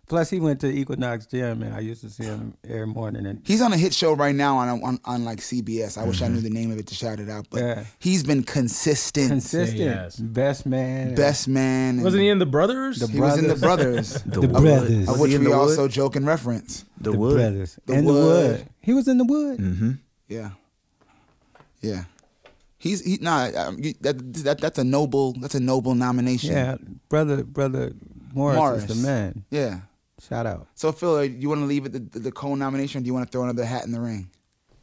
[SPEAKER 3] Plus, he went to Equinox Gym, and I used to see him every morning. And
[SPEAKER 5] He's on a hit show right now on on, on like CBS. I wish I knew the name of it to shout it out, but
[SPEAKER 3] Yeah.
[SPEAKER 5] he's been consistent.
[SPEAKER 3] consistent, best man,
[SPEAKER 5] Best man. and-
[SPEAKER 1] Wasn't he in the Brothers?
[SPEAKER 3] The
[SPEAKER 5] he was in the brothers.
[SPEAKER 3] The
[SPEAKER 5] Of-
[SPEAKER 3] Brothers.
[SPEAKER 5] Of
[SPEAKER 3] Was
[SPEAKER 5] which
[SPEAKER 3] he in
[SPEAKER 5] we
[SPEAKER 3] The Wood?
[SPEAKER 5] also joke and reference.
[SPEAKER 9] The,
[SPEAKER 3] the
[SPEAKER 9] Wood.
[SPEAKER 3] brothers,
[SPEAKER 5] The
[SPEAKER 3] and the
[SPEAKER 5] Wood.
[SPEAKER 3] wood. He was in the wood.
[SPEAKER 9] Mm-hmm.
[SPEAKER 5] Yeah, yeah. He's he nah. um, you- That, that that's a noble that's a noble nomination.
[SPEAKER 3] Yeah, brother, brother Morris, is
[SPEAKER 5] Morris.
[SPEAKER 3] the man.
[SPEAKER 5] yeah.
[SPEAKER 3] Shout out.
[SPEAKER 5] So Phil, uh, you want to leave it the, the, the co-nomination, or do you want to throw another hat in the ring?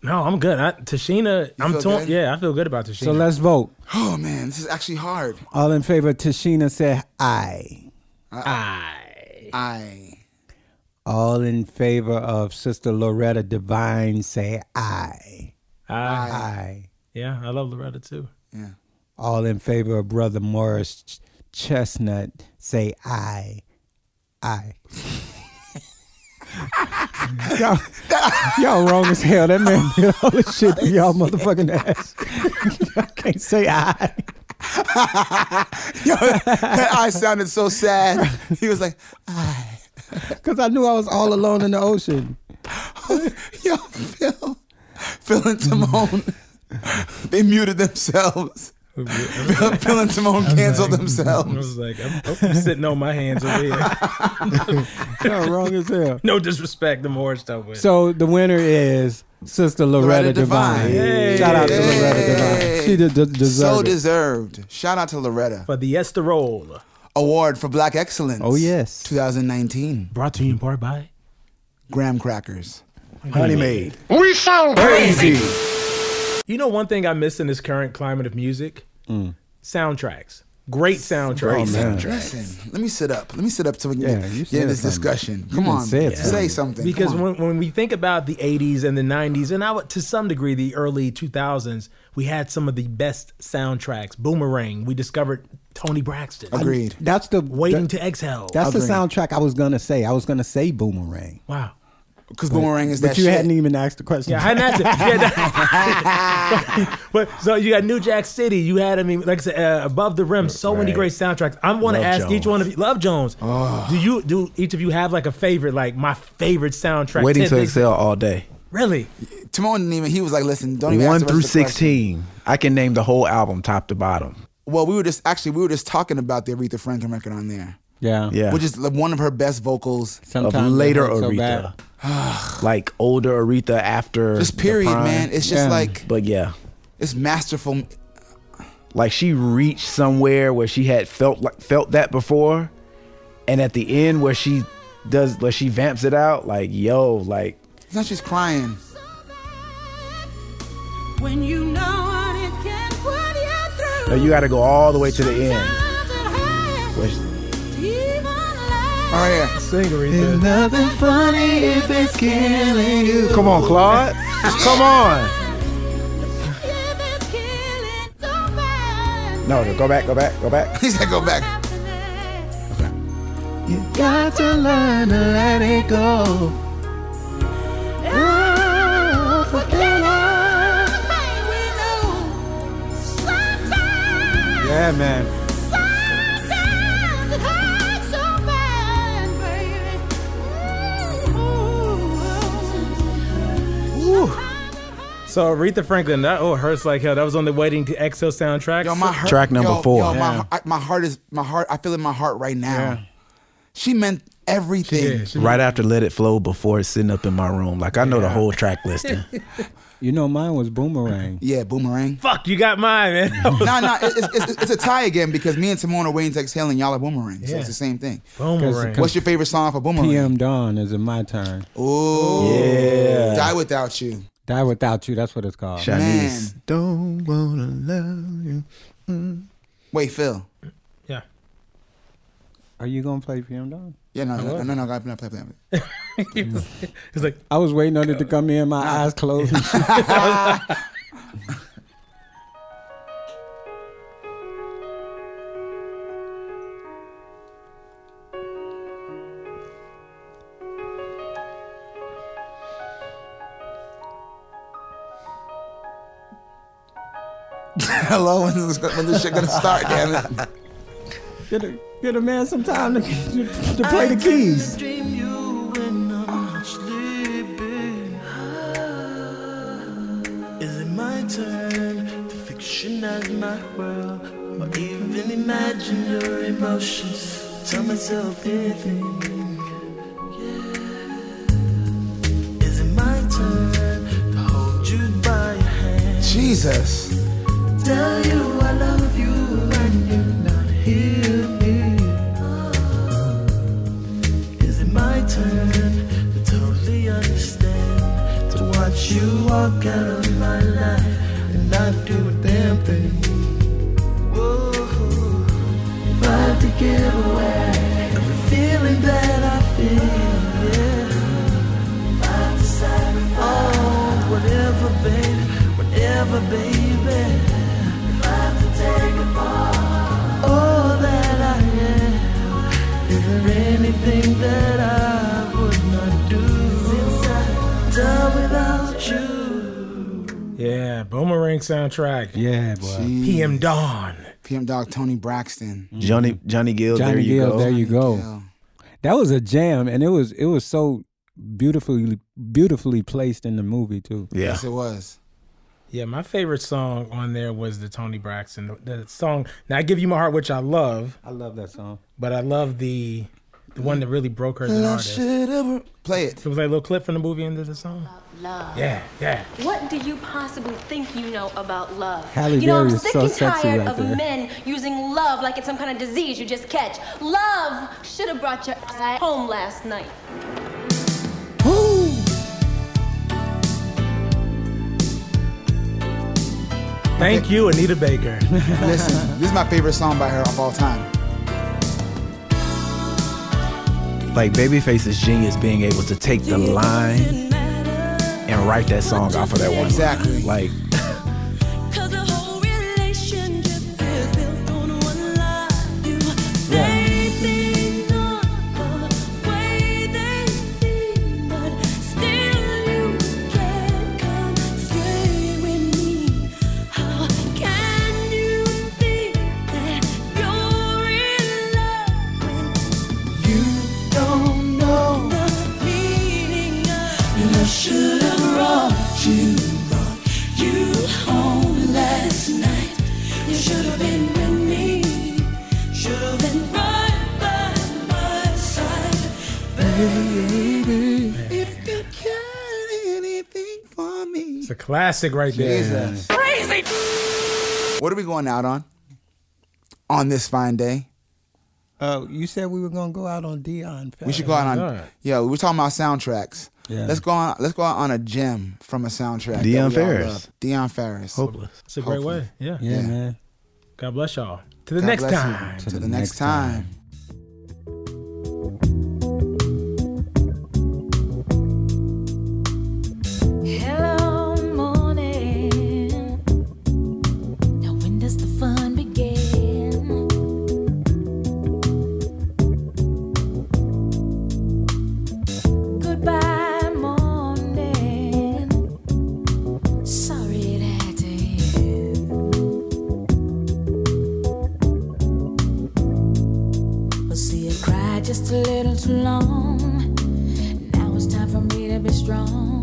[SPEAKER 1] No, I'm good. I, Tashina, I'm
[SPEAKER 5] feel
[SPEAKER 1] torn.
[SPEAKER 5] good?
[SPEAKER 1] Yeah, I feel good about Tashina.
[SPEAKER 3] So let's vote.
[SPEAKER 5] Oh man, this is actually hard.
[SPEAKER 3] All in favor, Tashina said aye.
[SPEAKER 5] I I
[SPEAKER 3] All in favor of Sister Loretta Divine say aye.
[SPEAKER 1] I,
[SPEAKER 3] Aye.
[SPEAKER 1] yeah, I love Loretta too.
[SPEAKER 5] yeah.
[SPEAKER 3] All in favor of Brother Morris Ch- Chestnut say aye. Aye. y'all, y'all wrong as hell. That man did all this shit to y'all motherfucking ass. I can't say aye.
[SPEAKER 5] Yo, that I sounded so sad. He was like,
[SPEAKER 3] Because I knew I was all alone in the ocean.
[SPEAKER 5] "Yo, Phil, Phil and Timon, they muted themselves. Phil, Phil and Timon canceled
[SPEAKER 1] I
[SPEAKER 5] themselves.
[SPEAKER 1] was like, I'm, oh, I'm sitting on my hands over here.
[SPEAKER 3] Y'all wrong as hell.
[SPEAKER 1] No disrespect to Morris though. but-
[SPEAKER 3] So the winner is Sister Loretta,
[SPEAKER 5] Loretta
[SPEAKER 3] Divine.
[SPEAKER 5] Devine.
[SPEAKER 3] Shout out to
[SPEAKER 5] Yay.
[SPEAKER 3] Loretta Divine. She did, did deserve
[SPEAKER 5] so
[SPEAKER 3] it.
[SPEAKER 5] deserved. Shout out to Loretta.
[SPEAKER 1] for the Esterol,
[SPEAKER 5] Award for Black Excellence.
[SPEAKER 3] oh yes.
[SPEAKER 5] 2019.
[SPEAKER 1] brought to you in part by
[SPEAKER 5] Graham crackers.
[SPEAKER 9] Honey made.
[SPEAKER 2] We sound crazy.
[SPEAKER 1] You know, one thing I miss in this current climate of music soundtracks. Great soundtracks.
[SPEAKER 5] Listen, let me sit up. Let me sit up till we can
[SPEAKER 3] Yeah,
[SPEAKER 5] get,
[SPEAKER 3] you
[SPEAKER 5] get
[SPEAKER 3] said
[SPEAKER 5] in this
[SPEAKER 3] something.
[SPEAKER 5] discussion.
[SPEAKER 3] You
[SPEAKER 5] Come
[SPEAKER 3] done
[SPEAKER 5] on,
[SPEAKER 3] said
[SPEAKER 5] say something.
[SPEAKER 1] Because
[SPEAKER 5] Come on.
[SPEAKER 1] when, when we think about the 80s and the 90s, and I would, to some degree the early 2000s, we had some of the best soundtracks. Boomerang, we discovered Tony Braxton.
[SPEAKER 5] agreed.
[SPEAKER 3] That's the
[SPEAKER 1] Waiting
[SPEAKER 3] that-
[SPEAKER 1] to Exhale.
[SPEAKER 3] That's the
[SPEAKER 5] Agreed.
[SPEAKER 3] soundtrack I was gonna say. I was gonna say Boomerang,
[SPEAKER 1] wow.
[SPEAKER 5] Because Boomerang is
[SPEAKER 3] but
[SPEAKER 5] that
[SPEAKER 3] you
[SPEAKER 5] shit.
[SPEAKER 3] hadn't even asked the question.
[SPEAKER 1] Yeah, I had to. Yeah, that- but so you got New Jack City. You had, I mean, like I said, uh, Above the Rim. So many
[SPEAKER 9] Right.
[SPEAKER 1] great soundtracks. I want to
[SPEAKER 9] Love
[SPEAKER 1] ask each
[SPEAKER 9] Jones.
[SPEAKER 1] one of you, Love Jones. Do you do each of you have like a favorite, like my favorite soundtrack?
[SPEAKER 9] Waiting
[SPEAKER 1] Ten
[SPEAKER 9] to
[SPEAKER 1] things-
[SPEAKER 9] excel all day.
[SPEAKER 1] Really?
[SPEAKER 5] Timon didn't even. He was like, "Listen, don't even."
[SPEAKER 9] One
[SPEAKER 5] ask the
[SPEAKER 9] through
[SPEAKER 5] rest of the question.
[SPEAKER 9] sixteen. I can name the whole album top to bottom.
[SPEAKER 5] Well, we were just actually we were just talking about the Aretha Franklin record on there,
[SPEAKER 3] yeah,
[SPEAKER 9] Yeah.
[SPEAKER 5] which is like one of her best vocals.
[SPEAKER 9] of later Aretha. like older Aretha after
[SPEAKER 5] Just
[SPEAKER 9] the
[SPEAKER 5] period,
[SPEAKER 9] prime.
[SPEAKER 5] man. It's just
[SPEAKER 3] Yeah.
[SPEAKER 5] like
[SPEAKER 9] But yeah.
[SPEAKER 5] it's masterful.
[SPEAKER 9] like she reached somewhere where she had felt like felt that before and at the end where she does where she vamps it out like yo like
[SPEAKER 5] It's not just crying.
[SPEAKER 8] When you know what it can put you through.
[SPEAKER 9] no, you got to go all the way to the end which
[SPEAKER 5] All right, here.
[SPEAKER 1] Senorita.
[SPEAKER 9] nothing funny if it's killing you come on claude come on no no go back go back go back
[SPEAKER 5] He said, "Go back."
[SPEAKER 9] you got to learn to let it go
[SPEAKER 3] yeah, man.
[SPEAKER 1] So Aretha Franklin, that oh hurts like hell. That was on the Waiting to Exhale soundtrack.
[SPEAKER 5] Yo, my heart,
[SPEAKER 9] Track number
[SPEAKER 5] yo,
[SPEAKER 9] four.
[SPEAKER 5] Yo, my,
[SPEAKER 1] Yeah.
[SPEAKER 5] I- my heart is my heart. I feel it in my heart right now.
[SPEAKER 1] Yeah.
[SPEAKER 5] She meant everything.
[SPEAKER 1] yeah, she-
[SPEAKER 9] right after let it flow before it's sitting up in my room like i know the whole track listing
[SPEAKER 3] You know, mine was Boomerang.
[SPEAKER 5] Yeah, boomerang.
[SPEAKER 1] fuck, you got mine, man.
[SPEAKER 5] no, no, it's, it's, it's, it's a tie again because me and Simone are waiting to exhale and y'all are boomerang. So
[SPEAKER 1] Yeah.
[SPEAKER 5] it's the same thing.
[SPEAKER 1] Boomerang.
[SPEAKER 5] What's your favorite song for boomerang?
[SPEAKER 3] PM Dawn is it my turn?
[SPEAKER 5] Ooh,
[SPEAKER 9] Yeah.
[SPEAKER 5] Die without you.
[SPEAKER 3] Die without you. That's what it's called.
[SPEAKER 9] Shanice.
[SPEAKER 5] Man.
[SPEAKER 9] Don't wanna love you.
[SPEAKER 5] Wait, Phil.
[SPEAKER 1] yeah.
[SPEAKER 3] Are you gonna play PM Dawn?
[SPEAKER 5] Yeah, no, no, no, no, no, no, play, play, play.
[SPEAKER 3] It's like I was waiting on it to come in, my eyes closed.
[SPEAKER 5] Hello, when is this, when this shit gonna start? Damn it!
[SPEAKER 3] Get a, get a man some time to, to, to play the keys.
[SPEAKER 17] Dream you when I'm sleeping.
[SPEAKER 8] Is it my turn to fictionize my world or even imagine your emotions? Tell myself anything. Yeah. Is it my turn to hold you by your hand?
[SPEAKER 5] Jesus.
[SPEAKER 8] Tell you I love you and you're not hear me. Is it my turn to totally understand? To watch you walk out of my life and not do a damn thing. Whoa. If I had to give away every feeling that I feel, yeah. If I decide to fall, whatever, baby, whatever, baby. If I have to take a all that I am. Is there anything that I would not do since I die without you?
[SPEAKER 1] Yeah, Boomerang soundtrack.
[SPEAKER 3] Yeah,
[SPEAKER 1] boy. PM Dawn.
[SPEAKER 5] PM Dog Tony Braxton.
[SPEAKER 9] Johnny Johnny Gill.
[SPEAKER 3] Johnny
[SPEAKER 9] there you
[SPEAKER 3] Gill,
[SPEAKER 9] go.
[SPEAKER 3] there you go. That was a jam, and it was it was so beautifully beautifully placed in the movie too.
[SPEAKER 1] Yes,
[SPEAKER 5] it was.
[SPEAKER 1] Yeah, my favorite song on there was the Tony Braxton. The, the song "Now I Give You My Heart," which I love,
[SPEAKER 3] I love that song.
[SPEAKER 1] but I love the the one that really broke her as an
[SPEAKER 5] Love
[SPEAKER 1] artist.
[SPEAKER 5] should ever play it.
[SPEAKER 1] It was like a little clip from the movie into the song.
[SPEAKER 6] Love.
[SPEAKER 1] Yeah, yeah.
[SPEAKER 6] What do you possibly think you know about love?
[SPEAKER 1] Halle
[SPEAKER 6] you know,
[SPEAKER 1] Berry
[SPEAKER 6] I'm
[SPEAKER 1] is
[SPEAKER 6] sick
[SPEAKER 1] so
[SPEAKER 6] and
[SPEAKER 1] sexy
[SPEAKER 6] tired
[SPEAKER 1] right
[SPEAKER 6] of
[SPEAKER 1] there.
[SPEAKER 6] men using love like it's some kind of disease you just catch. Love should have brought your ass home last night.
[SPEAKER 1] Thank you, Anita Baker.
[SPEAKER 5] Listen, this is my favorite song by her of all time.
[SPEAKER 9] Like Babyface is genius being able to take the line and write that song off of that one. Exactly. Like
[SPEAKER 8] Should have brought you, brought you home last night. You should have been with me. Should have been right by my side, baby. If you cared anything for me.
[SPEAKER 1] It's a classic right there.
[SPEAKER 5] Jesus.
[SPEAKER 8] Crazy!
[SPEAKER 5] What are we going out on? On this fine day,
[SPEAKER 3] Uh, you said we were gonna go out on Dion.
[SPEAKER 5] we should go out on. Yeah, we were talking about soundtracks.
[SPEAKER 3] Yeah.
[SPEAKER 5] Let's go on. Let's go out on a gem from a soundtrack. that
[SPEAKER 9] Dion
[SPEAKER 5] we all
[SPEAKER 9] Ferris.
[SPEAKER 5] love. Dion Ferris.
[SPEAKER 9] Hopeless.
[SPEAKER 1] It's a great
[SPEAKER 5] Hopefully.
[SPEAKER 1] way. Yeah.
[SPEAKER 3] Yeah, man.
[SPEAKER 1] God bless y'all. To the
[SPEAKER 5] God
[SPEAKER 1] next
[SPEAKER 5] bless you.
[SPEAKER 1] time.
[SPEAKER 5] To, the, next time.
[SPEAKER 17] Hello, morning. Now, when does the fun begin? Goodbye, morning. Sorry it had to end. But see, I cried just a little too long. Now it's time for me to be strong.
[SPEAKER 8] Mm-hmm.